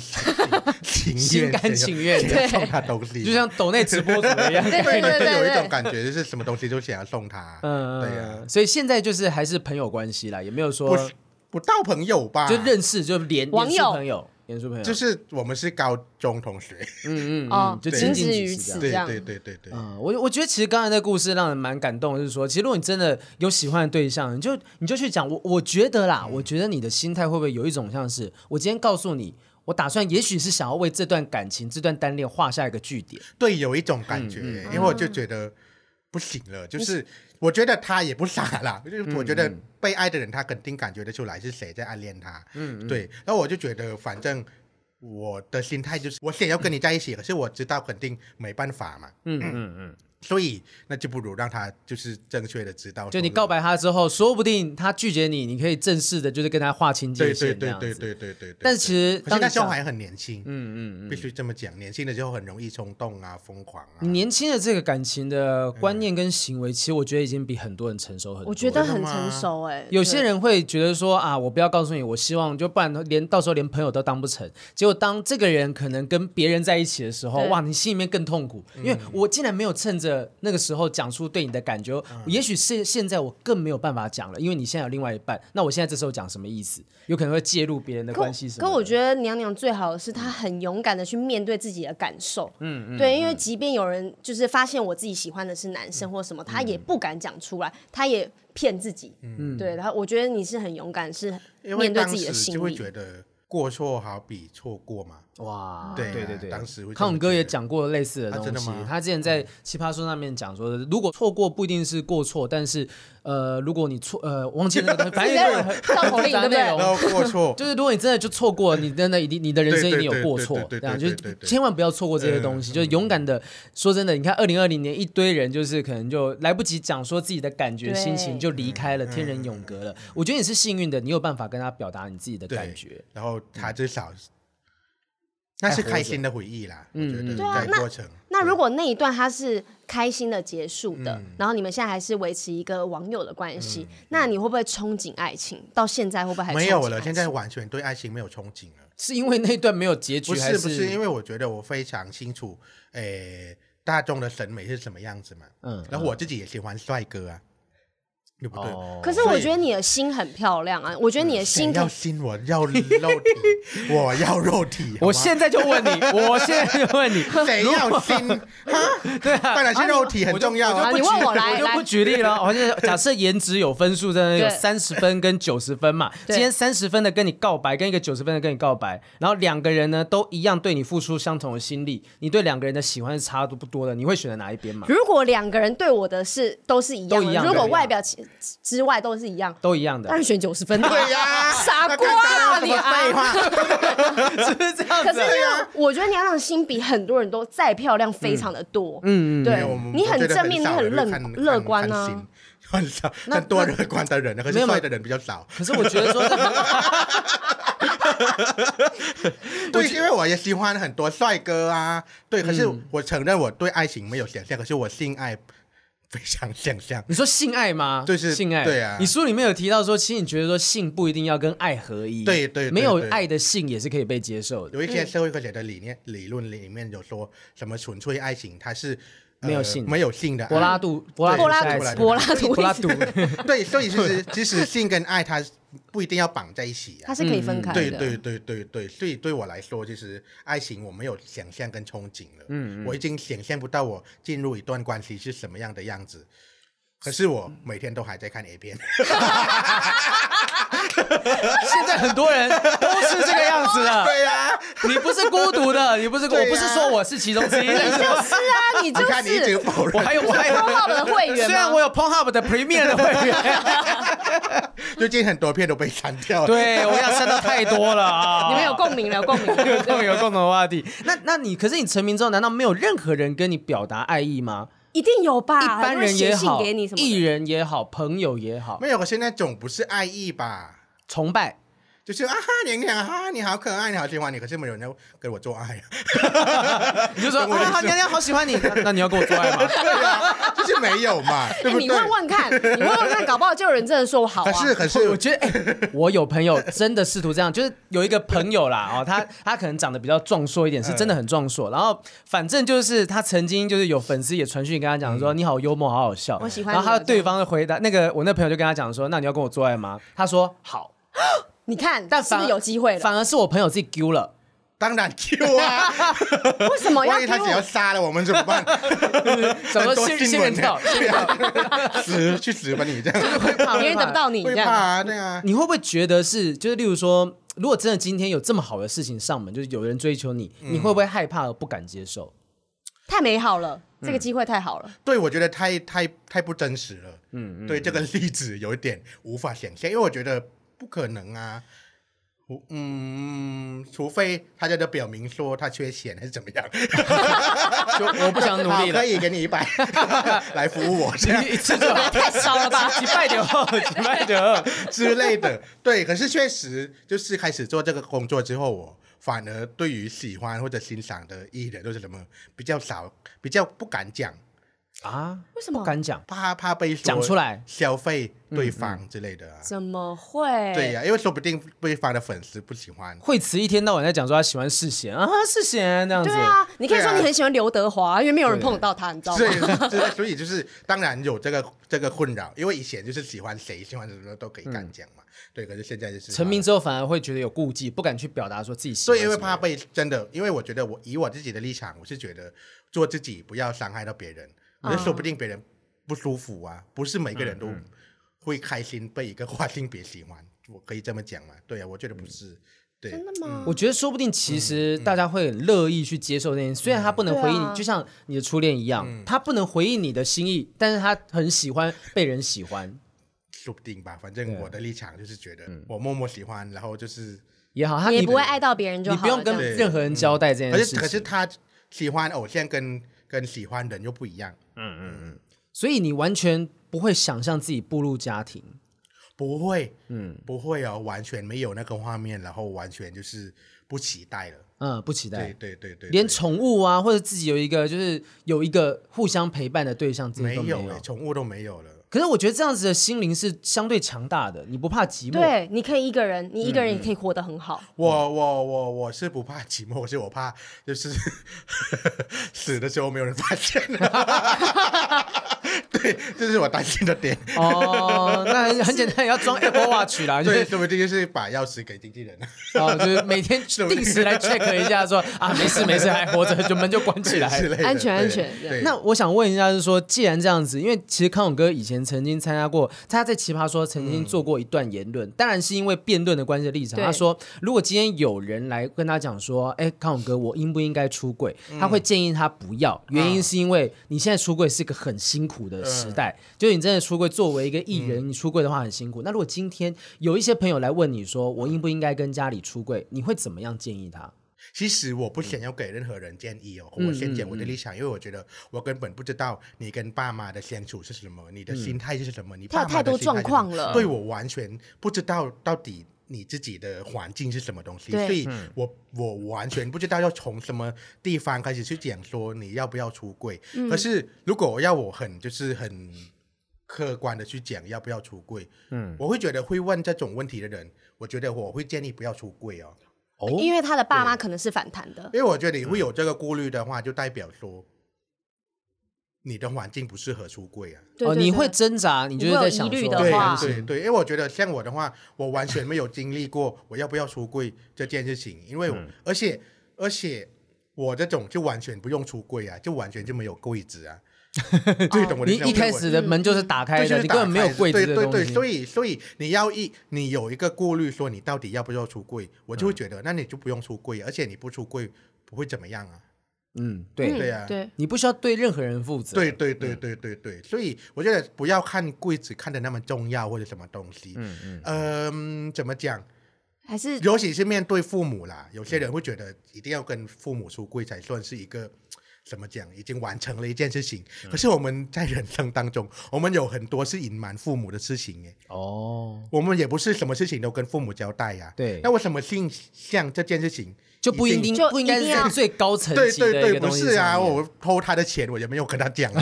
情情愿，心甘情愿想要送他东西，就像抖内直播主 (laughs) 一样。对 (laughs) 对对对有一对种感觉，就是什么东西都想要送他，嗯，对嗯啊，嗯所以现在就是还是朋友关系啦，也没有说不不到朋友吧，就认识就连网友认识朋友，演出朋友，啊就是我们是高中同学，嗯嗯哦嗯，就对仅仅止仅只于是此这样对这样对对对对，嗯，我我觉得其实刚才那故事让人蛮感动，就是说，其实如果你真的有喜欢的对象，你就你就去讲。我我觉得啦，嗯我觉得你的心态会不会有一种像是，我今天告诉你，我打算也许是想要为这段感情、这段单恋画下一个句点。对，有一种感觉，嗯因为我就觉得不行了，就是我觉得他也不傻啦， (laughs) 嗯就是我觉得被爱的人他肯定感觉得出来是谁在暗恋他，嗯，对，然后我就觉得反正。我的心态就是，我想要跟你在一起，可是我知道肯定没办法嘛，嗯嗯嗯， (clears throat) 所以那就不如让他就是正确的知道，就你告，白他之后，说不定他拒绝你，你可以正式的就是跟他划清界对对限这对样对子。对对对。但其实可当是你那时候想还很年轻，嗯嗯必须这么讲，年轻的时候很容易冲动啊，疯狂啊。嗯，年轻的这个感情的观念跟行为，其实我觉得已经比很多人成熟很多了。我觉得真的很吗成熟哎、有些对人会觉得说啊，我不要告诉你，我希望就不然连到时候连朋友都当不成。结果当这个人可能跟别人在一起的时候，对哇，你心里面更痛苦，因为我竟然没有趁着那个时候讲出对你的感觉，也许是现在我更没有办法讲了，因为你现在有另外一半，那我现在这时候讲什么意思？有可能会介入别人的可关系什么可的我觉得娘娘最好的是她很勇敢的去面对自己的感受，嗯嗯，对，因为即便有人就是发现我自己喜欢的是男生或什么，她也不敢讲出来，她也骗自己，嗯，对，然后我觉得你是很勇敢，是因为面对当自己的时心就会意，觉得过错好比错过嘛，哇，对啊对对对，当时会这么康永哥觉也得讲过类似的啊东真的西吗，他之前在《奇葩说》上面讲说，如果错过不一定是过错，但是呃，如果你错呃忘记那个东西，反正是在有很绕口令对不对内容然后过错，就是如果你真的就错过，你真的一定你的人生一定对对有对过对错对，对这样就对是对对千万不要错过这些东西，就是勇敢的。说真的，你看二零二零年一堆人就是可能就来不及讲说自己的感觉对心情就离开了，天人永隔了。我觉得你是幸运的，你有办法跟他表达你自己的对感觉。 (laughs) 然后他至少那是开心的回忆啦，嗯我觉得对啊在那过程。那如果那一段他是开心的结束的，然后你们现在还是维持一个网友的关系，那你会不会憧憬爱情？到现在会不会还没有憧憬了，爱现情在完全对爱情没有憧憬了。是因为那一段没有结局，不还是不是，因为为我觉得我非常清楚，诶，大众的审美是什么样子嘛。嗯然后我自己也喜欢帅哥啊，对不对？哦可是所我以嗯觉得你的心很漂亮啊，我觉得你的谁心要可心，我要肉 (laughs) 体，我要肉体。好我吗现在就问你，我现在就问你，谁 (laughs) 要心？哈，对啊，当然是肉体很我就重要我啊就不你问举我来我就来不举例了。 (laughs) 我就假设颜值有分数，真的有对三十分跟九十分嘛。对今天三十分的跟你告白，跟一个九十分的跟你告白，然后两个人呢都一样对你付出相同的心力，你对两个人的喜欢是差不多的，你会选择哪一边嘛？如果两个人对我的是都是一样都的，一样如都果一样外表其之外都是一样，都一样的当，然选九十分的。对呀，傻那瓜刚啊才你有什么废啊！话。是不是这样可子啊是因？为我觉得娘娘心比很多人都再漂亮，非常的多。嗯没嗯，对有我们，你我觉得正面，你少很人会乐看乐观看啊心。很少，很多乐观的人，可没是有帅的人比较少。可是我觉得说这个，对，因为我也喜欢很多帅哥啊。对，可是嗯我承认我对爱情没有想象，可是我性爱非常想象。你说性爱吗？就是性爱。对啊你书里面有提到说，其实你觉得说性不一定要跟爱合一，对对对没有对爱的性也是可以被接受的。有一些社会科学的理念嗯理论里面有说什么纯粹爱情，它是呃没有性没有性的爱柏拉图，柏拉对是哎柏爱拉图情柏拉图柏拉 (laughs) 图。对，所以其实其实性跟爱它不一定要绑在一起啊它。是可以分开的。对对对对对，所以对我来说，其实爱情我没有想象跟憧憬了。嗯我已经想象不到我进入一段关系是什么样的样子。可是我嗯每天都还在看 A 片，现在很多人都是这个样 (laughs) 子啊的。 (laughs) 对啊呀、你不是孤独的，你不是，对我啊不是说我是其中之一，你就是啊，你就你看你一直是。否我认，还有我还有 Pornhub 的 (laughs) 会员吗啊虽然 (laughs) 我有 Pornhub 的 Premium 的会员， (laughs) 最近很多片都被删掉了。对我要删到太多了啊！你们有共鸣了，有共鸣了。有共 (laughs) 有共同的话题，那那你可是你成名之后，难道没有任何人跟你表达爱意吗？ (laughs) 一定有吧？一般人也写信好，给你什么艺的？人也好，朋友也好，没有，可是那种不是爱意吧？崇拜。就是啊哈，娘娘啊哈，你好可爱，你好喜欢你，可是没有人要跟我做爱啊，你就说跟我也是啊，娘娘好喜欢你，那那你要跟我做爱吗？对啊，就是没有 (laughs) 嘛，对哎，不你对？问问看， (laughs) 你问问看，搞不好就有人真的说我好啊。可是可是我觉得、哎，我有朋友真的试图这样，就是有一个朋友啦， (laughs) 哦，他他可能长得比较壮硕一点，是真的很壮硕。然后反正就是他曾经就是有粉丝也传讯跟他讲说、你好幽默，好好笑，我喜欢你然后他这样对方的回答，那个我那朋友就跟他讲说，那你要跟我做爱吗？他说好。你看，但是反不而是有机会了？反而是我朋友自己丢了，当然 Q 啊！为什么要万一给他只要 (laughs) 我？杀了我们怎么办？什很么多仙新仙闻人呢跳，仙人跳 (laughs) 死去死吧你这样，会怕别人等不。到你会这怕样，啊，对啊，你会不会觉得是，就是例如说，如果真的今天有这么好的事情上门，就是有人追求你，你会不会害怕而不敢接受？太美好了，这个机会太好了。对我觉得太太太不真实了。嗯，对这个例子有一点无法想象，因为我觉得不可能啊。我嗯，除非他就得表明说他缺钱还是怎么样， (laughs) 就我不想努好力了可，以给你一百 (laughs) 来服务我这样一次就好，太少了吧？几拜的，几拜的， (laughs) 之类的。对，可是确实就是开始做这个工作之后，我反而对于喜欢或者欣赏的艺人都是什么比较少，比较不敢讲，啊？为什么不敢讲？怕怕被说讲出来消费对方之类的啊。怎么会？对呀、因为说不定对方的粉丝不喜欢。惠慈一天到晚在讲说他喜欢世贤啊，世贤那样子。对啊，你可以对啊说你很喜欢刘德华，因为没有人碰得到他，你知道所吗？以，所以所以就是，当然有这个这个困扰，因为以前就是喜欢谁，喜欢什么都可以敢讲嗯嘛。对，可是现在就是成名之后反而会觉得有顾忌，不敢去表达说自己喜所欢以什因么为人。怕被真的，因为我觉得我以我自己的立场，我是觉得做自己不要伤害到别人，可是说不定别人不舒服啊，不是每个人都会开心被一个跨性别喜欢，我可以这么讲吗？对啊，我觉得不是，对，真的吗？我觉得说不定其嗯实大家会很乐意去接受那件事，虽然他不能回应对啊你，就像你的初恋一样，嗯他不能回应你的心意，但是他很喜欢被人喜欢说不定吧，反正我的立场就是觉得我默默喜欢，然后就是，也好，他你也你不会爱到别人就你好了。不用跟这样样任何人交代这件可事哎是情。可是他喜欢偶像跟跟喜欢人又不一样，所以你完全不会想象自己步入家庭，不会，嗯，不会哦，完全没有那个画面，然后完全就是不期待了，嗯，不期对待。对对对，连对宠物啊，或者自己有一个就是有一个互相陪伴的对象，这些没都没有欸，宠物都没有了。可是我觉得这样子的心灵是相对强大的，你不怕寂寞。对，你可以一个人，你一个人也可以活得很好。我我我我是不怕寂寞，是我怕就是 (laughs) 死的时候没有人发现。 (laughs) 对，这是我担心的点。哦，那很很简单，也要装 Apple Watch 啦，就对，是说不定就是把钥匙给经纪人了。啊哦，就是每天定时来 check 一下说，啊没事没事，还活着，就门就关起来之。类的安全对安全对，那我想问一下，就是说，既然这样子，因为其实康永哥以前曾经参加过，他在《奇葩说》曾经做过一段言论，当然是因为辩论的关系的立场。对他说，如果今天有人来跟他讲说，哎，康永哥，我应不应该出柜？他会建议他不要，原嗯因是因为你现在出柜是个很辛苦的时代，就是你真的出柜，作为一个艺嗯人，你出柜的话很辛苦。那如果今天有一些朋友来问你说，我应不应该跟家里出柜？你会怎么样建议他？其实我不嗯想要给任何人建议哦，我先讲我的立场，因为我觉得我根本不知道你跟爸妈的相处是什么，你的心态是什么，你嗯他爸有妈太的多心态是什状况么了对我完全不知道到底。你自己的环境是什么东西？对嗯所以我我完全不知道要从什么地方开始去讲说你要不要出柜。嗯可是如果要我很就是很客观的去讲要不要出柜，嗯，我会觉得会问这种问题的人，我觉得我会建议不要出柜哦。哦因为他的爸妈可能是反弹的，因为我觉得你会有这个顾虑的话，就代表说你的环境不适合出柜啊。对嗯哦，对你对会挣扎，你就是你会有在疑想虑说的对话对对，因为我觉得像我的话，我完全没有经历过我要不要出柜这件事情，因为我、而且而且我这种就完全不用出柜啊，就完全就没有柜子 (laughs) 啊。对，懂我的哦你意思吗一开始的门就是打开对就的，是你根本没有打开柜对子的对东对，所西。以所以你要一你有一个顾虑，说你到底要不要出柜，我就会觉得、那你就不用出柜，而且你不出柜不会怎么样啊。嗯，嗯对，对啊对，你不需要对任何人负责。嗯对对对对对对，所以我觉得不要看柜子看的那么重要或者什么东西。嗯嗯。怎么讲？还是尤其是面对父母啦，有些人会觉得一定要跟父母出柜才算是一个。怎么讲？已经完成了一件事情，嗯可是我们在人生当中，我们有很多是隐瞒父母的事情，哎，哦，我们也不是什么事情都跟父母交代呀、对那为什么性向这件事情就不一定就不应该是一定要在最高层对级对的一对，个不东西是啊，上面我偷他的钱，我也没有跟他 (laughs) 讲啊。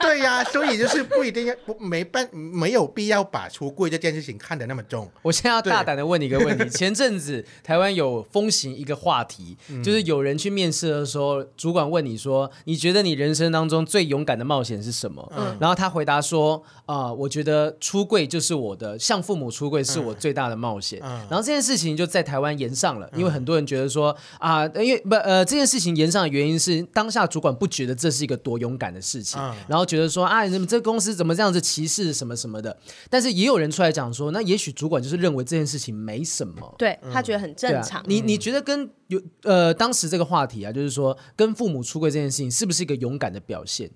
对呀、所以就是不一定要不没办没有必要把出柜这件事情看得那么重。我现在要大胆的问你一 (laughs) 嗯个问题：前阵子台湾有风行一个话题，就是有人去面试的时候主管问你说，你觉得你人生当中最勇敢的冒险是什么？嗯然后他回答说，啊、我觉得出柜就是我的向父母出柜是我最大的冒险。然后这件事情就在台湾延上了，因为很多人觉得说啊、因为不呃这件事情延上的原因是当下主管不觉得这是一个多勇敢的事情，然后觉得说啊你们这公司怎么这样子歧视什么什么的，但是也有人出来讲说，那也许主管就是认为这件事情没什么。对他觉得很对正常啊。。你你觉得跟有呃当时这个话题啊，就是说跟父母出柜这件事情，是不是一个勇敢的表现？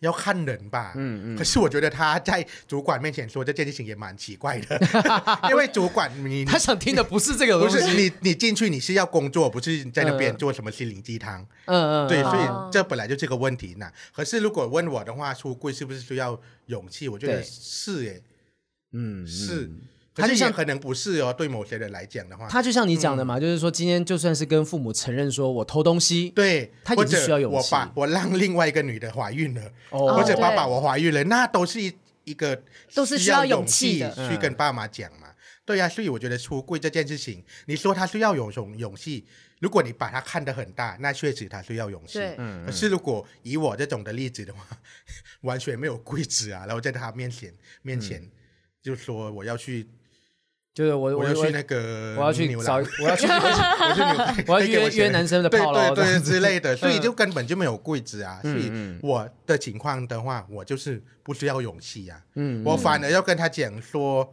要看人吧，嗯嗯。可是我觉得他在主管面前说这件事情也蛮奇怪 (laughs) 的，因为主管你 (laughs) 他想听的不是这个不东西，是你你进去你是要工作，不是在那边嗯做什么心灵鸡汤。 (laughs) 嗯嗯，对，嗯所哦以这本来就是个问题呢。可是如果问我的话，出柜是不是需要勇气？我觉得对是欸耶，嗯，是。他可就是也像可能不是哦，对某些人来讲的话，嗯他就像你讲的嘛，就是说今天就算是跟父母承认说我偷东西，对，他也或是者需要勇我气爸我让另外一个女的怀孕了，哦或者对爸爸我怀孕了，那都是一一个都是需要要勇气气的嗯去跟爸妈讲嘛。对呀、所以我觉得出柜这件事情，你说他需要有勇勇气，如果你把它看得很大，那确实他需要勇气。对嗯可是如果以我这种的例子的话， (laughs) 完全没有柜子啊，然后在他面前面前、就说我要去，就是嗯我我我要去那我个我要去牛找，郎我要去 (laughs) 我去纽约我要可以给约钱约男生的对炮对喽，这对样子嗯之 (laughs) 类的，所以就根本就没有柜子啊。所以我的情况的话，我就是不需要勇气啊，嗯，我反而要跟他讲说，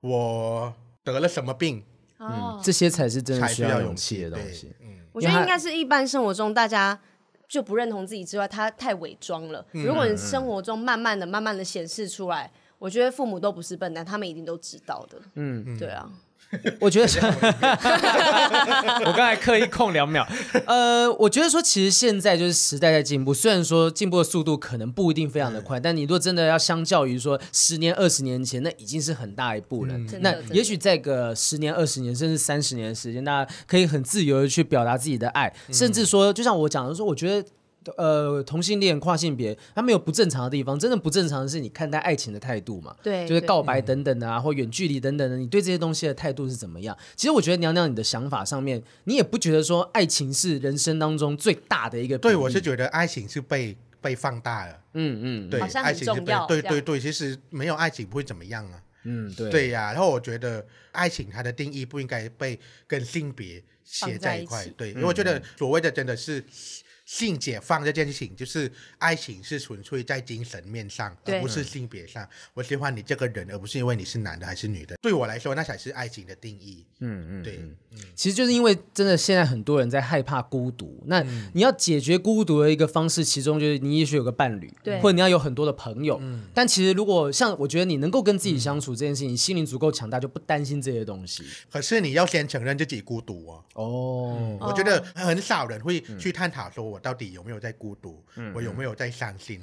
我得了什么病哦，这些才是真的才需要勇气气的东西对。嗯，我觉得应该是一般生活中大家。就不认同自己之外，他太伪装了。如果你生活中慢慢的、慢慢的显示出来，我觉得父母都不是笨蛋，他们一定都知道的。嗯，对啊，我觉得， (laughs) 我刚才刻意空两秒。呃，我觉得说，其实现在就是时代在进步，虽然说进步的速度可能不一定非常的快，但你如果真的要相较于说十年、二十年前，那已经是很大一步了。真那的真的也许再个十年、二十年，甚至三十年的时间，大家可以很自由的去表达自己的爱，甚至说，就像我讲的说，我觉得。呃，同性恋、跨性别，他没有不正常的地方。真的不正常的是你看待爱情的态度嘛？对就是对告嗯白等等啊，或远距离等等的，你对这些东西的态度是怎么样？其实我觉得娘娘你的想法上面，你也不觉得说爱情是人生当中最大的一个比例。对我是觉得爱情是被被放大了，嗯嗯对，好像爱很情是重被要对这样对对，其实没有爱情不会怎么样啊。嗯，对对呀、然后我觉得爱情它的定义不应该被跟性别写在一块放在一起，对，因为我觉得所谓的真的是性解放这件事情，就是爱情是纯粹在精神面上，而对不是性别上。我喜欢你这个人，而不是因为你是男的还是女的。对我来说，那才是爱情的定义。嗯嗯，对，其实就是因为真的现在很多人在害怕孤独，那嗯你要解决孤独的一个方式，其中就是你也许有个伴侣，对或者你要有很多的朋友。嗯但其实如果像我觉得你能够跟自己相处这件事情，心灵足够强大，就不担心这些东西。可是你要先承认自己孤独哦。哦，我觉得很少人会去探讨说我到底有没有在孤独，我有没有在伤心。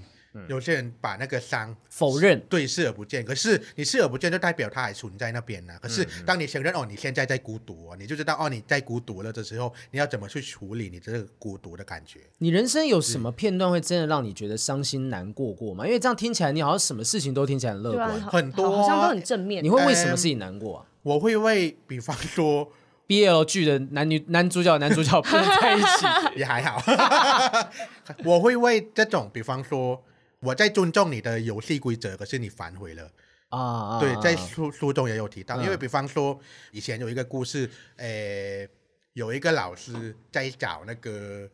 有些人把那个伤否认对，视而不见。可是你视而不见，就代表它还存在那边呢、啊可是当你承认哦，你现在在孤独、哦，你就知道哦你在孤独了的时候，你要怎么去处理你这个孤独的感觉？你人生嗯有什么片段会真的让你觉得伤心难过过吗？因为这样听起来你好像什么事情都听起来很乐对啊，观，好很多啊好像都很正面嗯你。会为什嗯么事情难过啊我会为，比方说？BL 剧的男女男主角男主角 (laughs) 不能在一起，也还好， (laughs) 我会为这种，比方说我在尊重你的游戏规则，可是你反悔了。啊啊，对，啊在啊书书中也有提到，因为嗯比方说以前有一个故事，呃，有一个老师在找那个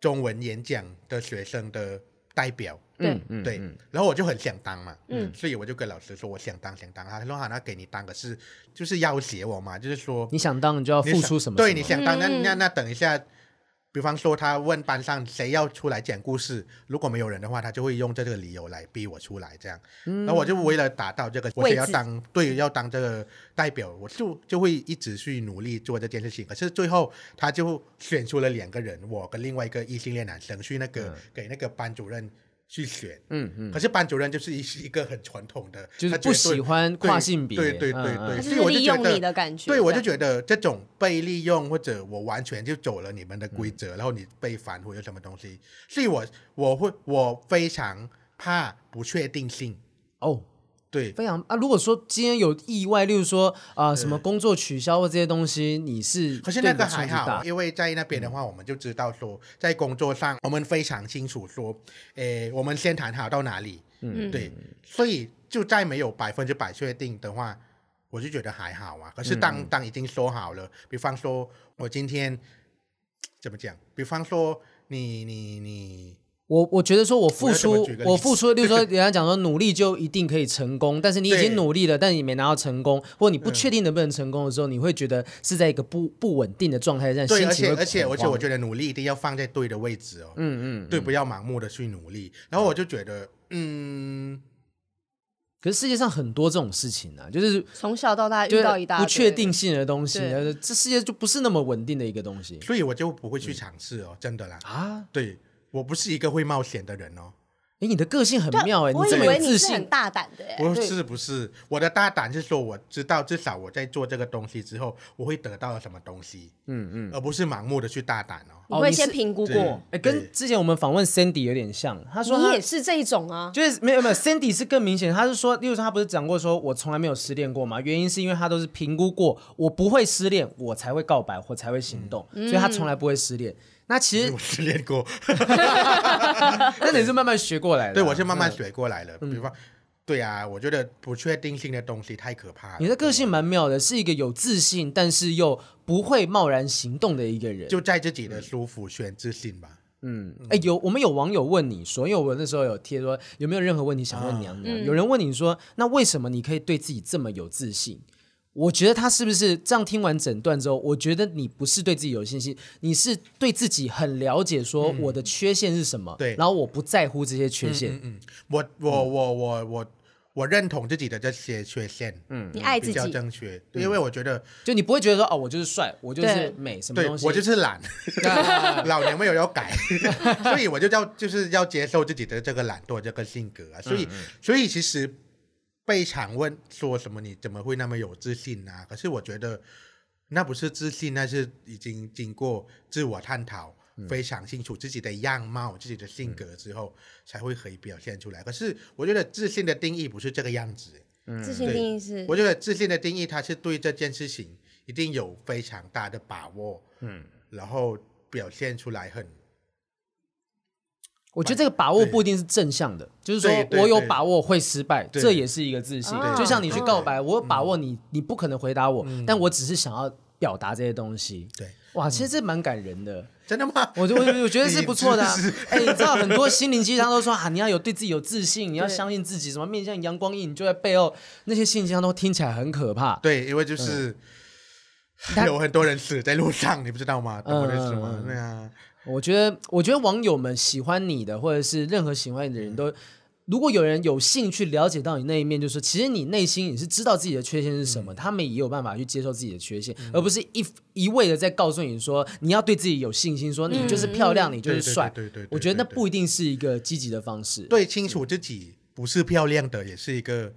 中文演讲的学生的代表，对嗯对嗯，然后我就很想当嘛，嗯所以我就跟老师说我想当想当，他说好那给你当，可是就是要挟我嘛，就是说你想当你就要你哦付想出什么？对，你想当那嗯那那等一下。比方说，他问班上谁要出来讲故事，如果没有人的话，他就会用这个理由来逼我出来，这样。嗯然后我就为了达到这个，我位想要置当对要当这个代表，我就就会一直去努力做这件事情。可是最后他就选出了两个人，我跟另外一个异性恋男生去那个、给那个班主任去选。嗯嗯，可是班主任就是一一个很传统的，就是他不绝对喜欢跨性别对对对对嗯嗯对，他就所以是我利觉用得你的感觉对我就这觉得这种被利用或者我完全就走了你们的规则，然后你被反悔有什么东西，所以我我会我非常怕不确定性。哦，对非常啊。如果说今天有意外，例如说啊、什么工作取消或这些东西，你是可是对那你的个还冲击大好，因为在那边的话，我们就知道说，在工作上我们非常清楚说，诶，我们先谈好到哪里，嗯，对，所以就在没有百分之百确定的话，我就觉得还好啊。可是嗯当、当已经说好了，比方说我今天怎么讲？比方说你你你，我我觉得说我付我要出怎么举个，例子我付出，(laughs) 例如说人家讲说努力就一定可以成功，但是你已对嗯经努力了，但你没拿到成功，或你不确定能不能成功的时候，你会觉得是在一个不不稳定的状态下，对，心而情且会而且恐而且，慌我觉得努力一定要放在对的位置哦，嗯嗯，对，不要盲目的去努力。然后我就觉得，嗯，可是世界上很多这种事情啊，就是从小到大就遇到一是大不堆确定性的东西，对呃这世界就不是那么稳定的一个东西所以我就不会去尝试哦，真的啦。嗯啊。对我不是一个会冒险的人哦，哎，你的个性很对啊妙哎，我这以么有为你自是很信，大胆的哎，我是不是？我的大胆是说，我知道至少我在做这个东西之后，我会得到了什么东西，嗯嗯。而不是盲目的去大胆哦。你哦会你先是评估对过，哎，对跟之前我们访问 Sandy 有点像，他说你他也是这一种啊，就是没有没有，Sandy 是更明显，他是说，例如说他不是讲过说，我从来没有失恋过嘛，原因是因为他都是评估过，我不会失恋，我才会告白或才会行动，所以他从来不会失恋。那其实我，失恋 (laughs) 过，那你是慢慢学过来的啊、对 (laughs) 我是慢慢学过来嗯的。比方，对啊，我觉得不确定性的东西太可怕了。你的个性蛮妙的，是一个有自信，但是又不会贸然行动的一个人。就在自己的舒服圈自信吧。嗯，哎、有我们有网友问你说，因为我那时候有贴说有没有任何问题想啊问娘娘，有人问你说，那为什么你可以对自己这么有自信？我觉得他是不是这样听完诊断之后，我觉得你不是对自己有信心，你是对自己很了解，说我的缺陷是什么，嗯对嗯然后我不在乎这些缺陷，我我嗯我我我我认同自己的这些缺陷，嗯，你爱比自较己，正确，嗯因为我觉得，就你不会觉得说哦，我就是帅，我就是对美，什么对东西，我 (laughs) 就是懒， (laughs) 老娘没有要改，所以我就要就是要接受自己的这个懒惰这个性格啊，所以所以其实被常问说什么你怎么会那么有自信啊？可是我觉得那不是自信，那是已经经过自我探讨，非常清楚自己的样貌、自己的性格之后，才会可以表现出来。可是我觉得自信的定义不是这个样子，自信对定义是我觉得自信的定义，它是对这件事情一定有非常大的把握，嗯，然后表现出来很我觉得这个把握不一定是正向的，就是说对对我有把握会失败，对这也是一个自信对。就像你去告白，我有把握你，你不可能回答我，嗯但我只是想要表达这些东西。对，哇，其实这蛮感人的，真的吗？我就我我觉得是不错的 (laughs) 啊你真是。哎，你知道很多心灵鸡汤都说啊，你要有对自己有自信，你要对相信自己，什么面向阳光印，你就在背后那些心灵鸡汤都听起来很可怕。对，因为嗯就是但有很多人死在路上，你不知道吗？懂我的意思吗？嗯对啊，我觉得，我觉得网友们喜欢你的，或者是任何喜欢你的嗯人都，如果有人有兴趣了解到你那一面，就是其实你内心你是知道自己的缺陷是什么，嗯他们也有办法去接受自己的缺陷，而不是一一味的在告诉你说你要对自己有信心，说你嗯就是漂亮，你就对是对帅。对对对，对我觉得那对对不一定是一个积极的方式，对清楚自己不是漂亮的，也是一个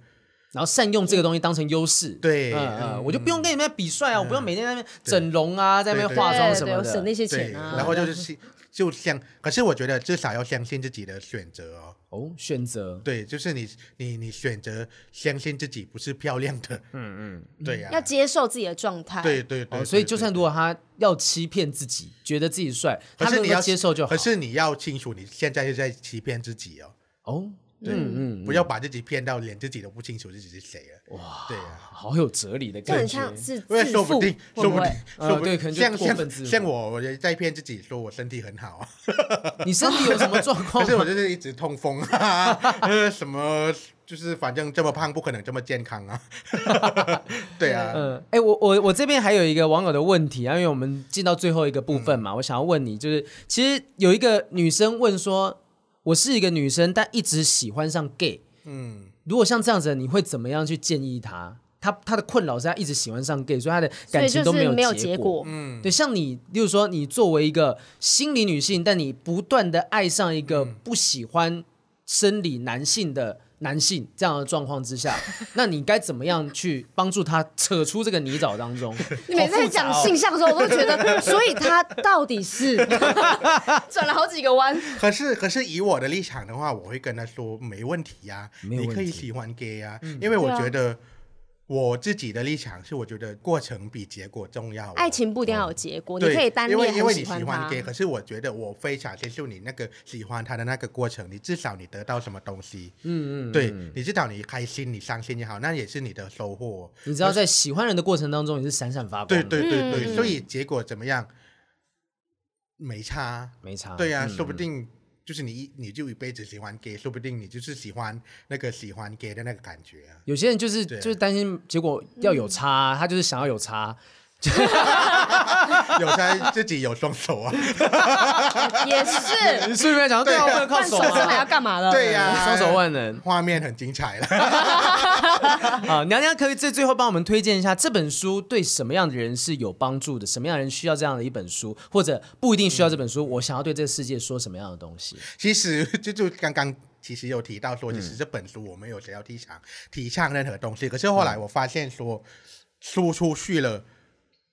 然后善用这个东西当成优势。对嗯嗯嗯，我就不用跟你们比帅啊，我不用每天在那边整容啊，在那对边对化妆对什对么我省的。那些对，钱啊，然后就是信就像，可是我觉得至少要相信自己的选择哦。哦，选择对，就是你你你选择相信自己不是漂亮的，嗯嗯， (laughs) 对呀、要接受自己的状态，对对对哦，所以对就对算如果他要欺骗自己，觉得自己帅，可他是能你够要接受就好。可是你要清楚，你现在是在欺骗自己哦，哦，对，嗯嗯，不要把自己骗到连自己都不清楚自己是谁了。哇，对啊，好有哲理的这感很觉像。是因为自说负，不定，会说不会定，呃说不对定，可能就像过分像自负像我，我也在骗自己说我身体很好 (laughs) 啊，你身体有什么状 (laughs) 可况是我吗？就是一直痛风啊，呃，什么就是反正这么胖不可能这么健康 (laughs) 啊，对啊，嗯，哎、我我我这边还有一个网友的问题啊，因为我们进到最后一个部分嗯嘛，我想要问你，就是其实有一个女生问说，我是一个女生，但一直喜欢上 gay，嗯，如果像这样子，你会怎么样去建议她？她她的困扰是她一直喜欢上 gay，所以她的所感以情就都是没有结结果。果，对，像你，例如说，你作为一个心嗯理女性，但你不断的爱上一个不喜欢生理男性的男性这样的状况之下，那你该怎么样去帮助他扯出这个泥沼当中？ (laughs) 你每次在讲性向的时候，我都觉 (laughs) 得，所以他到底是 (laughs) 转了好几个弯。可是，可是以我的立场的话，我会跟他说没问题呀、没有你问可以题嗯喜欢 gay 呀、因为我对啊觉得我自己的立场是，我觉得过程比结果重要哦、爱情不一定要有结果，你对可以单因为恋因很为你喜喜他 gay，。可是我觉得我非常接受你那个喜欢他的那个过程，你至少你得到什么东西，嗯嗯，对你至少你开心、你伤心也好，那也是你的收获。你知道在喜欢人的过程当中，你是闪闪发光对的，对对对，嗯所以结果怎么样没差，没差。对呀、嗯说不定就是你一你就一辈子喜欢 gay，说不定你就是喜欢那个喜欢 gay 的那个感觉啊。有些人就是对就是担心结果要有差，他就是想要有差。有他自己有双手 (laughs) 啊，也是， (laughs) 嗯你顺便讲，对啊，我不能靠换手手上来要啊，干嘛的？嗯对呀、双手万能画面很精彩了。啊！娘娘可以在最后帮我们推荐一下这本书对什么样的人是有帮助的，什么样的人需要这样的一本书，或者不一定需要这本书，我想要对这个世界说什么样的东西？其实就就刚刚其实有提到说，其实这本书我没有谁要提倡提倡任何东西，可是后来我发现说，输出去了。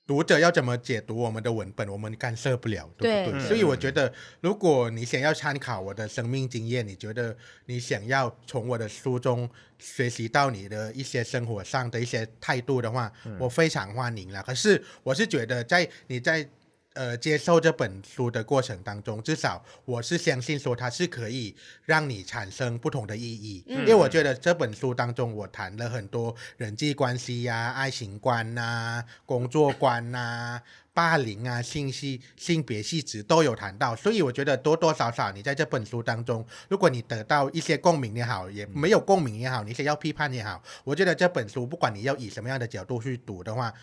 读者要怎么解读我们的文本，我们干涉不了，对不对？对所以我觉得，如果你想要参考我的生命经验，你觉得你想要从我的书中学习到你的一些生活上的一些态度的话，嗯我非常欢迎啦。可是我是觉得在，你在呃接受这本书的过程当中，至少我是相信说它是可以让你产生不同的意义，因为我觉得这本书当中我谈了很多人际关系呀、爱情观呐、工作观呐、霸凌啊、性系、性别气质都有谈到，所以我觉得多多少少你在这本书当中，如果你得到一些共鸣也好，也没有共鸣也好，你想要批判也好，我觉得这本书不管你要以什么样的角度去读的话，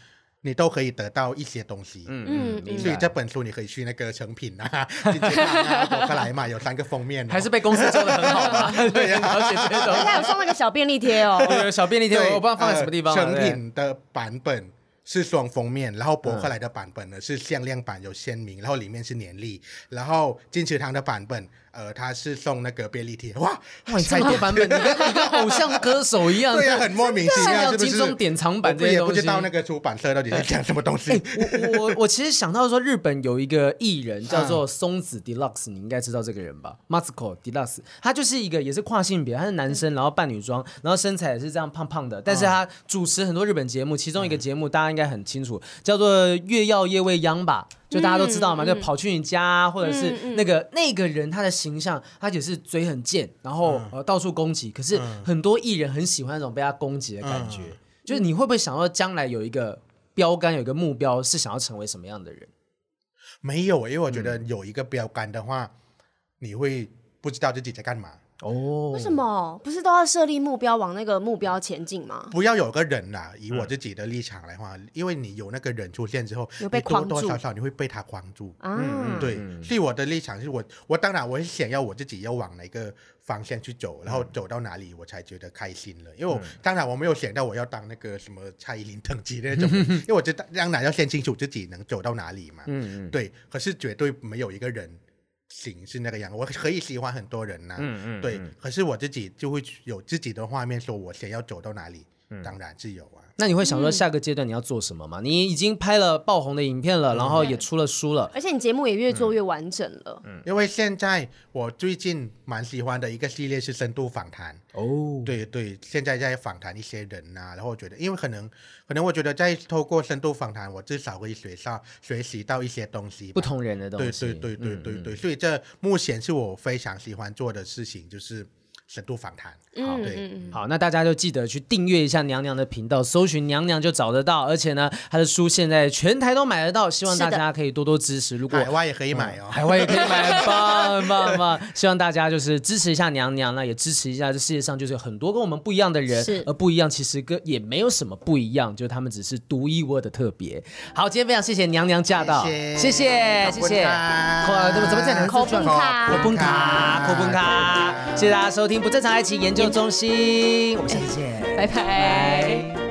你都可以得到一些东西。嗯嗯嗯，明所以白这。本书你可以去那个成品 (laughs) 啊、金杰啊、博客来嘛，有三个封面、哦，还是被公司做的很好 (laughs) 吧？对，了解这些东而且哎还有西。送那个小便利贴哦，我有小便利贴，对我不知道放在什么地方啊。呃成对品的版本是双封面，然后博客来的版本呢是限量版，有签名，然后里面是年历，然后金池堂的版本，呃，它是送那个便利贴，哇，哇，你这么多版本，你跟你跟偶像歌手一样。对呀、很莫名其真的妙，是不金是？钟典藏版我这些也东不西哎知道那个出版社到底在讲什么东西。我我我其实想到说，日本有一个艺嗯人叫做松子 Deluxe，你应该知道这个人吧？Masco Deluxe，他就是一个也是跨性别，他是男嗯生，然后扮女装，然后身材也是这样胖胖的，但是他主持很多日本节目，其中一嗯个节目大家应该很清楚，叫做《月曜夜未央》吧。就大家都知道嘛，嗯就跑去你家啊，或者是嗯嗯那个那个人他的形象，他也是嘴很贱，然后嗯呃到处攻击。可是很多艺人很喜欢那种被他攻击的感觉，嗯就是你会不会想到将来有一个标杆，有一个目标是想要成为什么样的人？ (laughs) 没有，因为我觉嗯得有一个标杆的话，你会不知道自己在干嘛。哦，为什？么？不是都要设立目标，往那个目标前进吗？不要有个人啦，以嗯我自己的立场来话，因为你有那个人出现之后，有被你多框多住少少你会被他框住。啊，嗯对，嗯所以我的立场是我，我当然我是想要我自己要往哪个方向去走，嗯然后走到哪里我才觉得开心了。因为我、当然我没有想到我要当那个什么蔡依林等级的那种 (laughs) 人，因为我知道当然要先清楚自己能走到哪里嘛。嗯嗯对，可是绝对没有一个人行是那个样子，我可以喜欢很多人呐、嗯对，可是我自己就会有自己的画面，说我想要走到哪里，嗯当然是有啊。那你会想说下个阶段你要做什么吗？你已经拍了爆红的影片了，然后也出了书了，而且你节目也越嗯做越完整了。嗯因为现在我最近蛮喜欢的一个系列是深度访谈，哦，对对，现在在访谈一些人呐、然后我觉得，因为可能可能我觉得在透过深度访谈，我至少会学上学习到一些东西吧，不同人的东对西，对对对嗯对对，所以这目前是我非常喜欢做的事情，就是深度访谈。嗯对嗯好，那大家就记得去订阅一下娘娘的频道，搜寻娘娘就找得到。而且呢，她的书现在全台都买得到，希望大是的家可以多多支持。如果海外也可以买哦。海外也可以买，很棒很棒很棒！希望大家就是支持一下娘娘，那也支持一下这世界上就是有很多跟我们不一样的人是，而不一样其实跟也没有什么不一样，就是他们只是独一无二的特别。好，今天非常谢谢娘娘驾到，谢谢谢谢谢，哇怎么怎么讲？口本卡口崩卡口崩卡，谢谢大家收听不正常爱情研究中心，我们下次见，拜拜。拜。